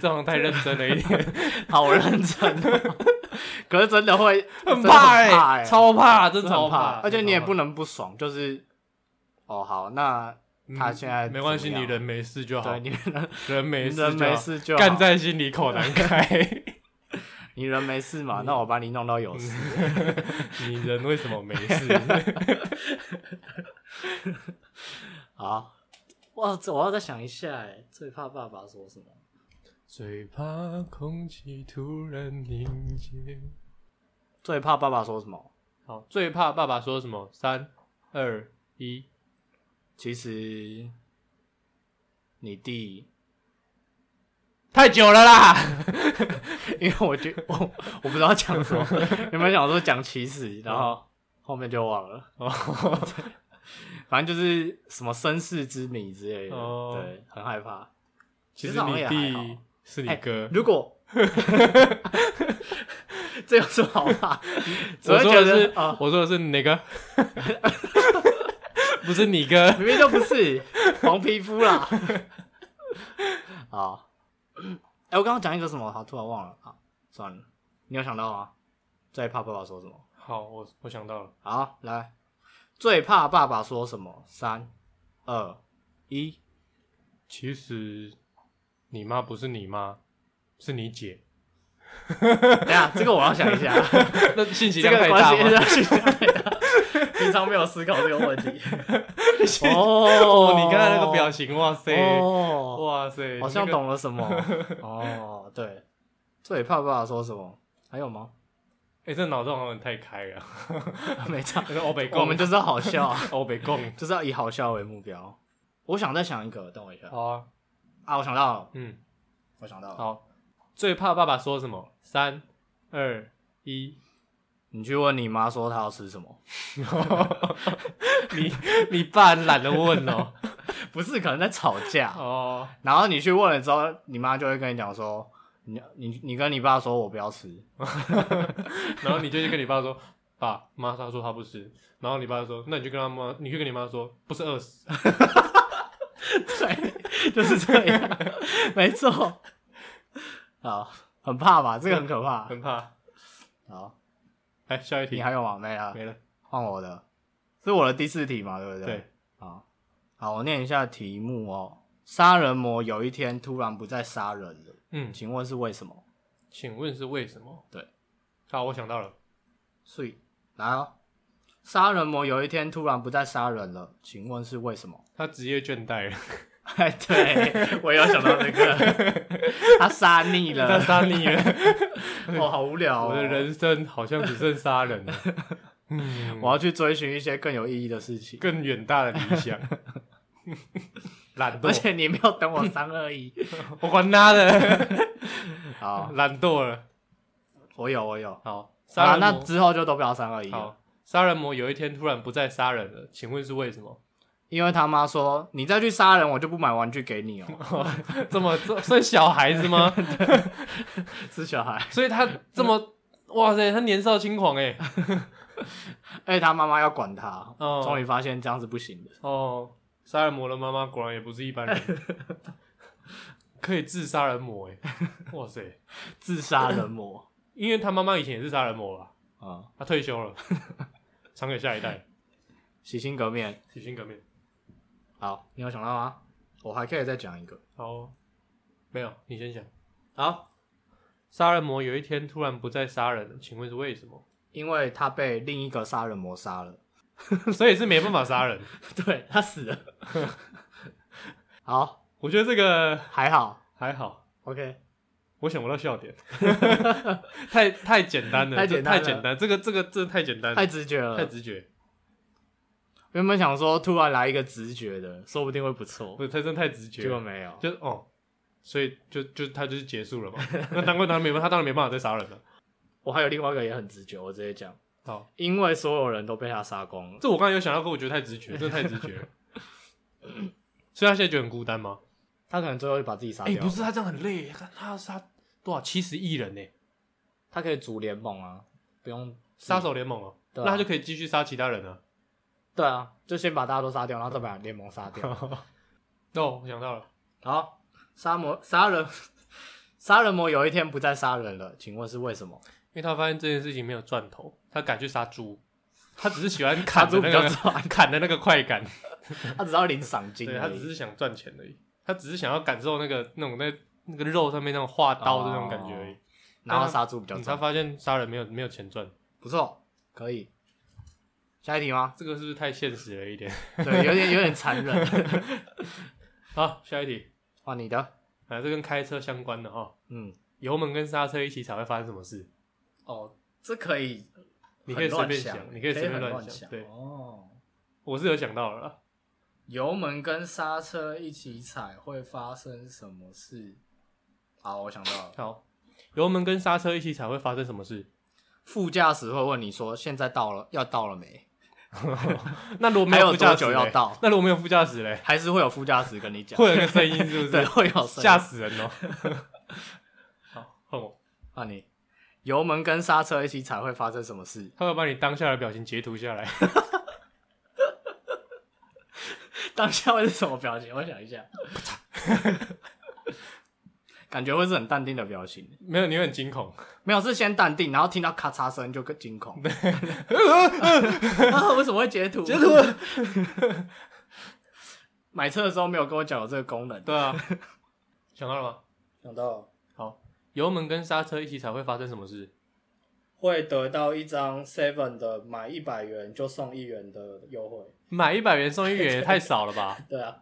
[SPEAKER 3] 这好像太认真了一点，
[SPEAKER 4] 好认 真、哦。可是真的会
[SPEAKER 3] 很
[SPEAKER 4] 怕
[SPEAKER 3] 哎、
[SPEAKER 4] 怕欸
[SPEAKER 3] 超怕，真
[SPEAKER 4] 真
[SPEAKER 3] 的
[SPEAKER 4] 的
[SPEAKER 3] 超
[SPEAKER 4] 很怕，而且你也不
[SPEAKER 3] 能，
[SPEAKER 4] 能不爽，就是哦好，那他现在
[SPEAKER 3] 嗯没关系，
[SPEAKER 4] 怎么
[SPEAKER 3] 你
[SPEAKER 4] 样
[SPEAKER 3] 人没事就好
[SPEAKER 4] 对，你人
[SPEAKER 3] 人没事就好，
[SPEAKER 4] 人没事就好
[SPEAKER 3] 干在心里口难开，
[SPEAKER 4] 你人没事嘛？那我把你弄到有事。
[SPEAKER 3] 你人为 什么没事？
[SPEAKER 4] 好，啊哇，这我要再想一下，哎，最怕爸爸说什么？
[SPEAKER 3] 最怕空气突然凝结。
[SPEAKER 4] 最怕爸爸说什么？
[SPEAKER 3] 好，最怕爸爸说什么？三、二、一。
[SPEAKER 4] 其实你弟，
[SPEAKER 3] 太久了啦！
[SPEAKER 4] 因为我觉我我不知道讲 什么，原本想说讲其实，然后后面就忘了，
[SPEAKER 3] 哦，
[SPEAKER 4] 反正就是什么身世之谜之类的，
[SPEAKER 3] 哦
[SPEAKER 4] 对，很害怕。
[SPEAKER 3] 其
[SPEAKER 4] 其实
[SPEAKER 3] 实
[SPEAKER 4] 好像
[SPEAKER 3] 你
[SPEAKER 4] 也还好
[SPEAKER 3] 弟是你
[SPEAKER 4] 哎
[SPEAKER 3] 哥。
[SPEAKER 4] 如果 这有什么好怕？只
[SPEAKER 3] 我
[SPEAKER 4] 会
[SPEAKER 3] 说
[SPEAKER 4] 觉
[SPEAKER 3] 的
[SPEAKER 4] 得
[SPEAKER 3] 是，呃
[SPEAKER 4] 啊，
[SPEAKER 3] 我说的是哪个？ 不是你哥。
[SPEAKER 4] 明明就不是黄皮肤啦。好，哎、我刚刚讲一个什么？好，突然忘了啊，算了。你有想到吗？最怕爸爸说什么？
[SPEAKER 3] 好，我我想到了，
[SPEAKER 4] 好，来，最怕爸爸说什么？三、二、一。
[SPEAKER 3] 其实你妈不是你妈，是你姐。
[SPEAKER 4] 等一下，这个我要想一下。
[SPEAKER 3] 那信息
[SPEAKER 4] 这
[SPEAKER 3] 量
[SPEAKER 4] 个
[SPEAKER 3] 太
[SPEAKER 4] 关
[SPEAKER 3] 大
[SPEAKER 4] 系
[SPEAKER 3] 吗？
[SPEAKER 4] 是平常没有思考这个问题。哦
[SPEAKER 3] 哦，你刚才那个表情，哇塞，
[SPEAKER 4] 哦，
[SPEAKER 3] 哇塞，
[SPEAKER 4] 好像
[SPEAKER 3] 那个
[SPEAKER 4] 懂了什 么。哦，对，最怕爸爸说什么？还有吗？
[SPEAKER 3] 哎、这脑洞好像太开 了，
[SPEAKER 4] 没差，
[SPEAKER 3] 欧北共，
[SPEAKER 4] 我们就是要好笑啊，
[SPEAKER 3] 欧北共。
[SPEAKER 4] 就是要以好笑为目标。我想再想一个，等我一下
[SPEAKER 3] 好啊，
[SPEAKER 4] 啊！我想到了，
[SPEAKER 3] 嗯，
[SPEAKER 4] 我想到了，
[SPEAKER 3] 好。最怕爸爸说什么？三、二、 一。
[SPEAKER 4] 你去问你妈说她要吃什么？
[SPEAKER 3] 你 你爸很懒得问哦。
[SPEAKER 4] 不是，可能在吵 架。
[SPEAKER 3] 哦，
[SPEAKER 4] 然后你去问了之后，你妈就会跟你讲说，你你你跟你爸说我不要吃，
[SPEAKER 3] 然后你就去跟你爸说，爸妈他说他不吃，然后你爸就说，那你就跟他妈，你就跟你妈说，不是饿死，
[SPEAKER 4] 对，就是这 样，没错。好，很怕吧？这个很可怕。
[SPEAKER 3] 很怕。
[SPEAKER 4] 好，
[SPEAKER 3] 哎，下一
[SPEAKER 4] 你
[SPEAKER 3] 题
[SPEAKER 4] 还有吗？没啊了，
[SPEAKER 3] 没了。
[SPEAKER 4] 换我的，是我的第四题嘛，对不对？
[SPEAKER 3] 对，
[SPEAKER 4] 好，好，我念一下题目哦。杀人魔有一天突然不再杀人了，
[SPEAKER 3] 嗯，
[SPEAKER 4] 请问是为什么？
[SPEAKER 3] 请问是为什么？
[SPEAKER 4] 对，
[SPEAKER 3] 好，我想到了，
[SPEAKER 4] 所以来哦，杀人魔有一天突然不再杀人了，请问是为什么？
[SPEAKER 3] 他职业倦怠了，
[SPEAKER 4] 哎，对，我也有想到这个， 他杀腻
[SPEAKER 3] 他
[SPEAKER 4] 了，
[SPEAKER 3] 杀你了，
[SPEAKER 4] 哦，好无聊、哦，
[SPEAKER 3] 我的人生好像只剩杀人了。嗯，
[SPEAKER 4] 我要去追寻一些更有意义的事情。
[SPEAKER 3] 更远大的理想， 懒
[SPEAKER 4] 而
[SPEAKER 3] 惰，
[SPEAKER 4] 且你没有等我三二一，
[SPEAKER 3] 我管他的，
[SPEAKER 4] 好，
[SPEAKER 3] 懒惰了。
[SPEAKER 4] 我有我有，
[SPEAKER 3] 好， 杀
[SPEAKER 4] 啊，
[SPEAKER 3] 人魔
[SPEAKER 4] 那之后就都不要三二一了，
[SPEAKER 3] 好，杀人魔有一天突然不再杀人了，请问是为什么？
[SPEAKER 4] 因为他妈说你再去杀人，我就不买玩具给你哦、
[SPEAKER 3] 这么这算小孩子吗？
[SPEAKER 4] 是小孩，
[SPEAKER 3] 所以他这么，哇塞，他年少轻狂哎。
[SPEAKER 4] 而且他妈妈要管他，
[SPEAKER 3] 哦
[SPEAKER 4] 终于发现这样是不行的。
[SPEAKER 3] 哦，杀人魔的妈妈果然也不是一般人，可以治杀人魔哎，哇塞，
[SPEAKER 4] 自杀 人魔
[SPEAKER 3] 因为他妈妈以前也是杀人魔吧，
[SPEAKER 4] 啊，
[SPEAKER 3] 他退休了，传给下一代，
[SPEAKER 4] 洗心革面。
[SPEAKER 3] 洗心革面。
[SPEAKER 4] 好，你有想到吗？我还可以再讲一个。
[SPEAKER 3] 好哦，没有，你先讲。
[SPEAKER 4] 好，
[SPEAKER 3] 杀人魔有一天突然不再杀人了，请问是为什么？
[SPEAKER 4] 因为他被另一个杀人魔杀了，
[SPEAKER 3] 所以是没办法杀人。
[SPEAKER 4] 对他死了。 好，
[SPEAKER 3] 我觉得这个
[SPEAKER 4] 还好
[SPEAKER 3] 还好，
[SPEAKER 4] ，OK。
[SPEAKER 3] 我想不到笑点，太太简单了，
[SPEAKER 4] 太
[SPEAKER 3] 这
[SPEAKER 4] 简单了
[SPEAKER 3] 太简单，这个这个这太简单了，
[SPEAKER 4] 太直觉了，
[SPEAKER 3] 太直觉，
[SPEAKER 4] 原本想说突然来一个直觉的，说不定会不错
[SPEAKER 3] 不，是，他真的太直
[SPEAKER 4] 结
[SPEAKER 3] 觉
[SPEAKER 4] 果
[SPEAKER 3] 了，
[SPEAKER 4] 没有。
[SPEAKER 3] 就哦，所以就就他就是结束了嘛。 那难怪他没办法，他当然没办法再杀人了。
[SPEAKER 4] 我还有另外一个也很直觉，我直接讲，
[SPEAKER 3] 好，
[SPEAKER 4] 因为所有人都被他杀光了，
[SPEAKER 3] 这我刚才有想到，可我觉得太直觉，真的太直觉了。所以他现在觉得很孤单吗？
[SPEAKER 4] 他可能最后就把自己 杀
[SPEAKER 3] 哎、
[SPEAKER 4] 掉了。
[SPEAKER 3] 不是，他这样很累，他他要杀多少七十亿人呢、
[SPEAKER 4] 他可以组联盟啊，不用
[SPEAKER 3] 杀手联盟哦、
[SPEAKER 4] 对啊
[SPEAKER 3] 那他就可以继续杀其他人啊。
[SPEAKER 4] 对啊，就先把大家都杀掉，然后再把联盟杀 掉。
[SPEAKER 3] 哦，我想到了，
[SPEAKER 4] 好，杀魔杀人杀人魔有一天不再杀人了，请问是为什么？
[SPEAKER 3] 因为他发现这件事情没有赚头，他改去杀猪， 他只是喜欢
[SPEAKER 4] 杀
[SPEAKER 3] 砍的
[SPEAKER 4] 猪
[SPEAKER 3] 那
[SPEAKER 4] 比较
[SPEAKER 3] 个
[SPEAKER 4] 赚，
[SPEAKER 3] 砍的那个快感，
[SPEAKER 4] 他只要领赏金 而
[SPEAKER 3] 对
[SPEAKER 4] 已，
[SPEAKER 3] 他只是想赚钱而已，他只是想要感受那个那种在那个肉上面那种划刀的那种感觉而
[SPEAKER 4] 哦
[SPEAKER 3] 已。
[SPEAKER 4] 然后杀猪比较
[SPEAKER 3] 嗯他
[SPEAKER 4] 赚，
[SPEAKER 3] 发现杀人没有没有钱赚，
[SPEAKER 4] 不错，可以。下一题吗？
[SPEAKER 3] 这个是不是太现实了一点？
[SPEAKER 4] 对，有点有点残忍。
[SPEAKER 3] 好，下一题，
[SPEAKER 4] 换你的，
[SPEAKER 3] 啊，这跟开车相关的哈，
[SPEAKER 4] 嗯，
[SPEAKER 3] 油门跟刹车一起踩会发生什么事？
[SPEAKER 4] 哦，这可以
[SPEAKER 3] 你可以
[SPEAKER 4] 很乱
[SPEAKER 3] 随便
[SPEAKER 4] 想
[SPEAKER 3] 想你可以随便
[SPEAKER 4] 很
[SPEAKER 3] 乱
[SPEAKER 4] 乱
[SPEAKER 3] 想
[SPEAKER 4] 想，
[SPEAKER 3] 对
[SPEAKER 4] 哦。
[SPEAKER 3] 我是有想到了啦，
[SPEAKER 4] 油门跟刹车一起踩会发生什么事？好，我想到了，
[SPEAKER 3] 好，油门跟刹车一起踩会发生什么事？
[SPEAKER 4] 副驾驶会问你说现在到了，要到了没？
[SPEAKER 3] 那如果没有副驾驶
[SPEAKER 4] 还有多久
[SPEAKER 3] 嘞
[SPEAKER 4] 要到
[SPEAKER 3] 那如果没有副驾驶嘞，
[SPEAKER 4] 还是会有副驾驶跟你 讲，
[SPEAKER 3] 会有一个声音是不是？
[SPEAKER 4] 对，会有声音
[SPEAKER 3] 吓死人哦。好，换我，
[SPEAKER 4] 啊你。油门跟刹车一起踩会发生什么事？
[SPEAKER 3] 他会把你当下的表情截图下来。
[SPEAKER 4] 当下会是什么表情？我想一下， 感觉会是很淡定的表情。
[SPEAKER 3] 没有，你会很惊恐。
[SPEAKER 4] 没有，是先淡定，然后听到咔嚓声就更惊恐。 啊，为什么会截图？截图。 买车的时候没有跟我讲有这个功能。
[SPEAKER 3] 对啊，想到了吗？
[SPEAKER 4] 想到
[SPEAKER 3] 好，油门跟刹车一起踩会发生什么事？
[SPEAKER 4] 会得到一张 Seven 的买一百元就送一元的优惠。
[SPEAKER 3] 买一百元送一元也太少了 吧？
[SPEAKER 4] 对啊，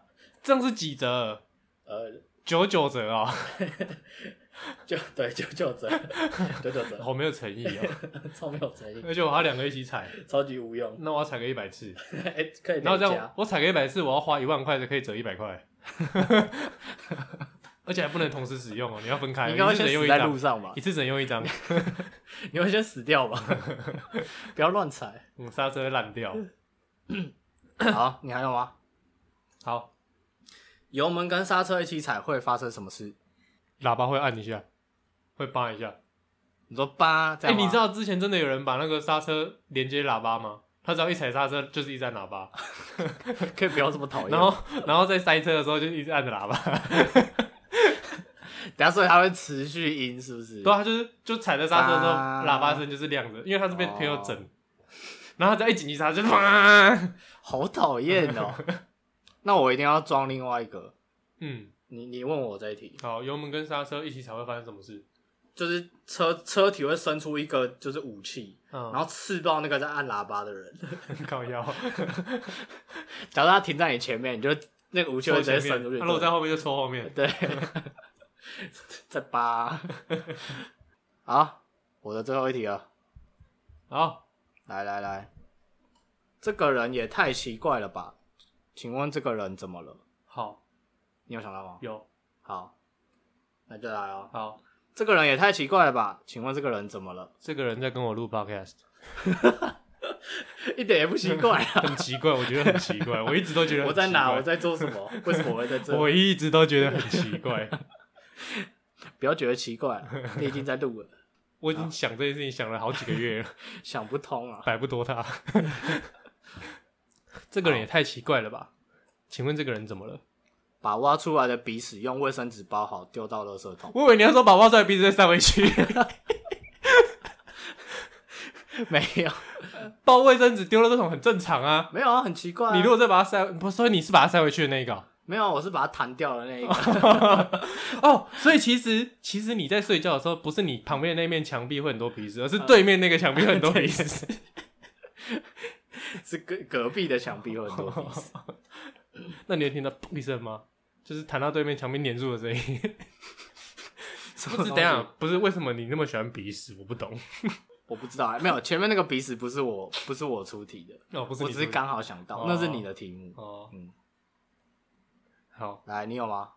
[SPEAKER 3] 这样是几折？
[SPEAKER 4] 呃，
[SPEAKER 3] 九九折哦，
[SPEAKER 4] 就对九九折， 九九折，
[SPEAKER 3] 好没有诚意
[SPEAKER 4] 啊
[SPEAKER 3] 哦。
[SPEAKER 4] 超没有诚意，
[SPEAKER 3] 而且我还要两个一起踩，
[SPEAKER 4] 超级无用。
[SPEAKER 3] 那我要踩个一百 次，
[SPEAKER 4] 哎，可以
[SPEAKER 3] 然后这
[SPEAKER 4] 叠
[SPEAKER 3] 样
[SPEAKER 4] 加，
[SPEAKER 3] 我踩个一百次，我要花一万块才可以折一百块， 而且还不能同时使用哦，你要分开，
[SPEAKER 4] 你
[SPEAKER 3] 一
[SPEAKER 4] 刚刚
[SPEAKER 3] 次只
[SPEAKER 4] 先
[SPEAKER 3] 能用
[SPEAKER 4] 死
[SPEAKER 3] 一
[SPEAKER 4] 在路
[SPEAKER 3] 张，
[SPEAKER 4] 上吧
[SPEAKER 3] 一？次只能用一张，
[SPEAKER 4] 你会先死 掉吧？不要乱踩。
[SPEAKER 3] 嗯，刹车会烂掉。
[SPEAKER 4] 好，你还有吗？
[SPEAKER 3] 好，
[SPEAKER 4] 油门跟刹车一起踩会发生什么事？
[SPEAKER 3] 喇叭会按一下，会叭一下。
[SPEAKER 4] 你说吧，这
[SPEAKER 3] 哎、
[SPEAKER 4] 样吗
[SPEAKER 3] 你知道之前真的有人把那个刹车连接喇叭吗？他只要一踩刹车就是一直按喇叭，
[SPEAKER 4] 可以不要这么讨
[SPEAKER 3] 然
[SPEAKER 4] 厌。
[SPEAKER 3] 后然后在塞车的时候就一直按着喇 叭，
[SPEAKER 4] 等下，所以它会持续音，是不是？
[SPEAKER 3] 对啊，他就是就踩在刹车的时候，
[SPEAKER 4] 叭
[SPEAKER 3] 喇叭声就是亮着，因为他是被朋友整，
[SPEAKER 4] 啊哦
[SPEAKER 3] 然后他只要一紧急刹车就啪，
[SPEAKER 4] 好讨厌 哦。那我一定要装另外一个。
[SPEAKER 3] 嗯，
[SPEAKER 4] 你你问我这一题，
[SPEAKER 3] 好，油门跟刹车一起踩会发生什么事？
[SPEAKER 4] 就是车车体会伸出一个就是武器，
[SPEAKER 3] 嗯
[SPEAKER 4] 然后刺爆那个在按喇叭的人。
[SPEAKER 3] 靠腰，
[SPEAKER 4] 假如他停在你前面，你就那个武器会直接伸出去。
[SPEAKER 3] 哦他落在后面就抽后面。
[SPEAKER 4] 对， 在吧。 好，我的最后一题了，
[SPEAKER 3] 好，
[SPEAKER 4] 来来来，这个人也太奇怪了吧？请问这个人怎么了？
[SPEAKER 3] 好，
[SPEAKER 4] 你有想到吗？
[SPEAKER 3] 有，
[SPEAKER 4] 好，那就来哦。
[SPEAKER 3] 好，
[SPEAKER 4] 这个人也太奇怪了吧？请问这个人怎么了？
[SPEAKER 3] 这个人在跟我录 podcast，
[SPEAKER 4] 一点也不奇怪 啊！
[SPEAKER 3] 很奇怪，我觉得很奇怪，我一直都觉得很
[SPEAKER 4] 我在哪？
[SPEAKER 3] 奇怪
[SPEAKER 4] 我在做什么？为什么我会在这？
[SPEAKER 3] 我一直都觉得很奇怪，
[SPEAKER 4] 不要觉得奇怪，你已经在录了，
[SPEAKER 3] 我已经想这件事情想了好几个月了，
[SPEAKER 4] 想不通啊！
[SPEAKER 3] 摆不多他。 这个人也太奇怪了吧？请问这个人怎么了？
[SPEAKER 4] 把挖出来的鼻屎用卫生纸包好，丢到垃圾桶。
[SPEAKER 3] 我以为你要说把挖出来的鼻子再塞回去，
[SPEAKER 4] 没有，
[SPEAKER 3] 包卫生纸丢了这种很正常啊。
[SPEAKER 4] 没有啊，很奇怪、啊。
[SPEAKER 3] 你如果再把它塞，不，所以你是把它塞回去的那一个哦、
[SPEAKER 4] 没有，我是把它弹掉的 那一个。
[SPEAKER 3] 哦，所以其实其实你在睡觉的时候，不是你旁边的那面墙壁会很多鼻屎，而是对面那个墙壁会很多鼻 屎。
[SPEAKER 4] 是隔隔壁的墙壁有很多鼻屎，
[SPEAKER 3] 那你有听到砰一声吗？就是弹到对面墙壁粘住的声 音。 不是，等一下，不是为什么你那么喜欢鼻屎？我不懂。
[SPEAKER 4] 我不知道、啊，没有前面那个鼻屎不是我，不是我出题的，
[SPEAKER 3] 哦，不是
[SPEAKER 4] 我
[SPEAKER 3] 你
[SPEAKER 4] 只
[SPEAKER 3] 说的，
[SPEAKER 4] 是刚好想到，
[SPEAKER 3] 哦
[SPEAKER 4] 那是你的题目。
[SPEAKER 3] 哦，
[SPEAKER 4] 嗯，
[SPEAKER 3] 好。
[SPEAKER 4] 来，你有吗？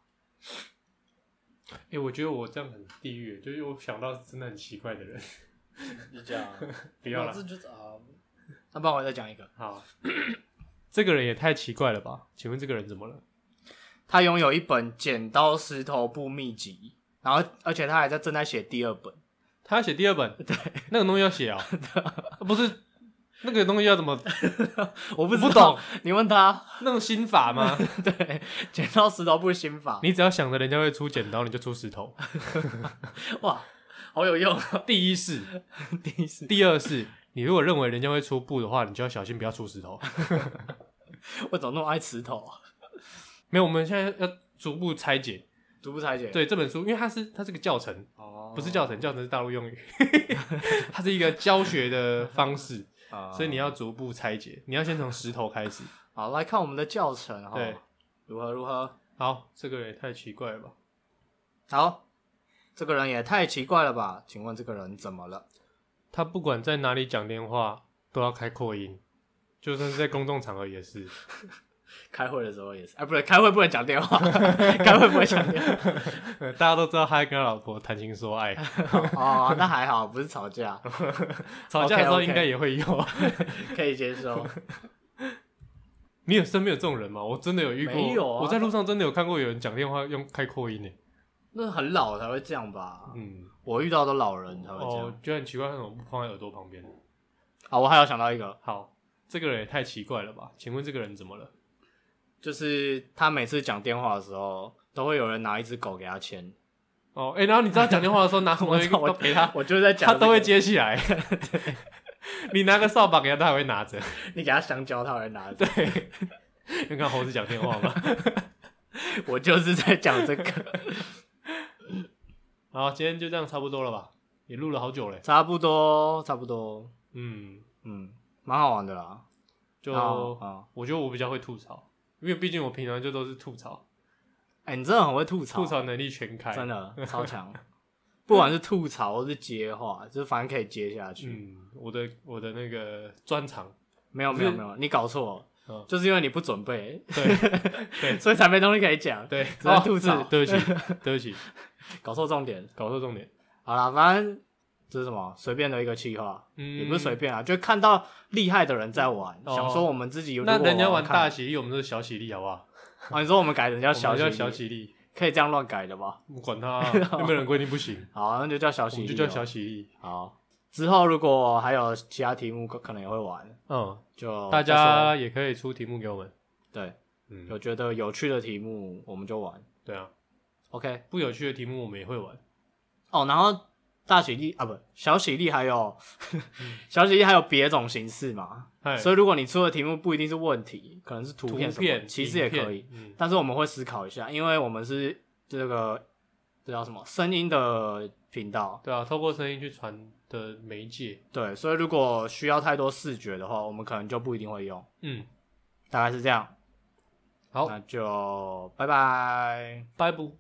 [SPEAKER 3] 哎、我觉得我这样很地狱，就是我想到真的很奇怪的人。
[SPEAKER 4] 就这样，
[SPEAKER 3] 不要了，
[SPEAKER 4] 就是啊。那帮我再讲一个，
[SPEAKER 3] 好。这个人也太奇怪了吧？请问这个人怎么了？
[SPEAKER 4] 他拥有一本剪刀石头布秘籍，然后而且他还在正在写第二本，
[SPEAKER 3] 他要写第二本，对，那个东西要写啊、不是那个东西要怎么
[SPEAKER 4] 我不
[SPEAKER 3] 我不
[SPEAKER 4] 不
[SPEAKER 3] 懂
[SPEAKER 4] 懂，你问他。
[SPEAKER 3] 那种心法吗？
[SPEAKER 4] 对，剪刀石头布心法，
[SPEAKER 3] 你只要想着人家会出剪刀，你就出石头。
[SPEAKER 4] 哇，好有用啊。
[SPEAKER 3] 第一是，
[SPEAKER 4] 第一次
[SPEAKER 3] 第二是，你如果认为人家会出布的话，你就要小心不要出石头。
[SPEAKER 4] 我怎么那么爱石头啊？
[SPEAKER 3] 没有，我们现在要逐步拆解。
[SPEAKER 4] 逐步拆解。，
[SPEAKER 3] 对这本书，因为它是它是个教程，
[SPEAKER 4] 哦
[SPEAKER 3] 不是教程，教程是大陆用语， 它是一个教学的方式，
[SPEAKER 4] 啊
[SPEAKER 3] 所以你要逐步拆解，你要先从石头开始。
[SPEAKER 4] 好，来看我们的教程哈。
[SPEAKER 3] 对，
[SPEAKER 4] 如何如何？
[SPEAKER 3] 好，这个也太奇怪了吧？
[SPEAKER 4] 好，这个人也太奇怪了吧？请问这个人怎么了？
[SPEAKER 3] 他不管在哪里讲电话都要开扩音，就算是在公众场合也 是。
[SPEAKER 4] 开会的时候也是，哎，不对，开会不能讲电 话，开会不能讲电话。
[SPEAKER 3] 呃大家都知道他在跟他老婆谈情 说爱，
[SPEAKER 4] 哦，那还好，不是吵架，
[SPEAKER 3] 吵架的时候
[SPEAKER 4] OK，OK
[SPEAKER 3] 应该也会有。
[SPEAKER 4] 可以接受。
[SPEAKER 3] 你有身边有这种人吗？我真的有遇过，
[SPEAKER 4] 没有啊
[SPEAKER 3] 我在路上真的有看过有人讲电话用开扩音呢。
[SPEAKER 4] 那很老才会这样吧？
[SPEAKER 3] 嗯，
[SPEAKER 4] 我遇到的老人才会这样。
[SPEAKER 3] 哦，觉得很奇怪，为什么不放在耳朵旁边？
[SPEAKER 4] 啊，我还有想到一个，
[SPEAKER 3] 好，这个人也太奇怪了吧？请问这个人怎么了？
[SPEAKER 4] 就是他每次讲电话的时候，都会有人拿一只狗给他牵。
[SPEAKER 3] 哦，哎、然后你知道讲电话的时候拿什么东西
[SPEAKER 4] 我
[SPEAKER 3] 都陪他，
[SPEAKER 4] 我就是在讲、
[SPEAKER 3] 他都会，接起来。 你拿个扫把给他，他还会拿着。
[SPEAKER 4] 你给他香蕉，他会拿着。
[SPEAKER 3] 你看猴子讲电话吗？
[SPEAKER 4] 我就是在讲这 个，
[SPEAKER 3] 好，今天就这样差不多了吧？也录了好久嘞。
[SPEAKER 4] 差不多，差不多，
[SPEAKER 3] 嗯，
[SPEAKER 4] 嗯，蛮好玩的啦。
[SPEAKER 3] 就、
[SPEAKER 4] 啊啊
[SPEAKER 3] 我觉得我比较会吐槽，因为毕竟我平常就都是吐槽，
[SPEAKER 4] 哎、你真的很会吐槽，
[SPEAKER 3] 吐槽能力全开。
[SPEAKER 4] 真的超强。不管是吐槽或是接话，就是反正可以接下去。
[SPEAKER 3] 嗯，我的我的那个专长，
[SPEAKER 4] 没有
[SPEAKER 3] 可
[SPEAKER 4] 没
[SPEAKER 3] 是
[SPEAKER 4] 有没有，你搞错
[SPEAKER 3] 嗯
[SPEAKER 4] 了，就是因为你不准备，
[SPEAKER 3] 对
[SPEAKER 4] 所以才没东西可以讲。
[SPEAKER 3] 对，
[SPEAKER 4] 只能
[SPEAKER 3] 哦
[SPEAKER 4] 吐槽
[SPEAKER 3] 是对不 起，对不起，
[SPEAKER 4] 搞错重点。
[SPEAKER 3] 搞错重点。
[SPEAKER 4] 好啦，反正这是什么随便的一个企划，
[SPEAKER 3] 嗯，
[SPEAKER 4] 也不是随便啊，就看到厉害的人在玩，
[SPEAKER 3] 哦
[SPEAKER 4] 想说我们自己有
[SPEAKER 3] 那人家玩大
[SPEAKER 4] 看
[SPEAKER 3] 喜力，我们都是小喜力，好不好？
[SPEAKER 4] 哦，你说我们改人家
[SPEAKER 3] 我
[SPEAKER 4] 小
[SPEAKER 3] 们
[SPEAKER 4] 喜
[SPEAKER 3] 叫
[SPEAKER 4] 力
[SPEAKER 3] 小喜力，
[SPEAKER 4] 可以这样乱改的吧？
[SPEAKER 3] 我管他 啊，又没有人规定不行，
[SPEAKER 4] 好，那就叫小
[SPEAKER 3] 我
[SPEAKER 4] 喜
[SPEAKER 3] 们
[SPEAKER 4] 力
[SPEAKER 3] 就
[SPEAKER 4] 哦，
[SPEAKER 3] 叫小喜力。
[SPEAKER 4] 好。之后如果还有其他题目，可可能也会玩，
[SPEAKER 3] 嗯，
[SPEAKER 4] 就
[SPEAKER 3] 大
[SPEAKER 4] 再说
[SPEAKER 3] 家也可以出题目给我们。
[SPEAKER 4] 对
[SPEAKER 3] 嗯，
[SPEAKER 4] 有觉得有趣的题目我们就玩。
[SPEAKER 3] 对啊，
[SPEAKER 4] OK，
[SPEAKER 3] 不有趣的题目我们也会玩。
[SPEAKER 4] 哦，然后大喜力啊，不小喜力还有
[SPEAKER 3] 嗯
[SPEAKER 4] 小喜力还有别种形式嘛，
[SPEAKER 3] 嗨，
[SPEAKER 4] 所以如果你出的题目不一定是问题，可能是图
[SPEAKER 3] 图
[SPEAKER 4] 片什么的，
[SPEAKER 3] 片
[SPEAKER 4] 其实也
[SPEAKER 3] 影片
[SPEAKER 4] 可以。
[SPEAKER 3] 嗯，
[SPEAKER 4] 但是我们会思考一下，因为我们是这个这叫什么声音的频道，
[SPEAKER 3] 对啊，透过声音去传的媒介。
[SPEAKER 4] 对，所以如果需要太多视觉的话，我们可能就不一定会用，
[SPEAKER 3] 嗯，
[SPEAKER 4] 大概是这样。
[SPEAKER 3] 好，
[SPEAKER 4] 那就拜拜。
[SPEAKER 3] 拜不。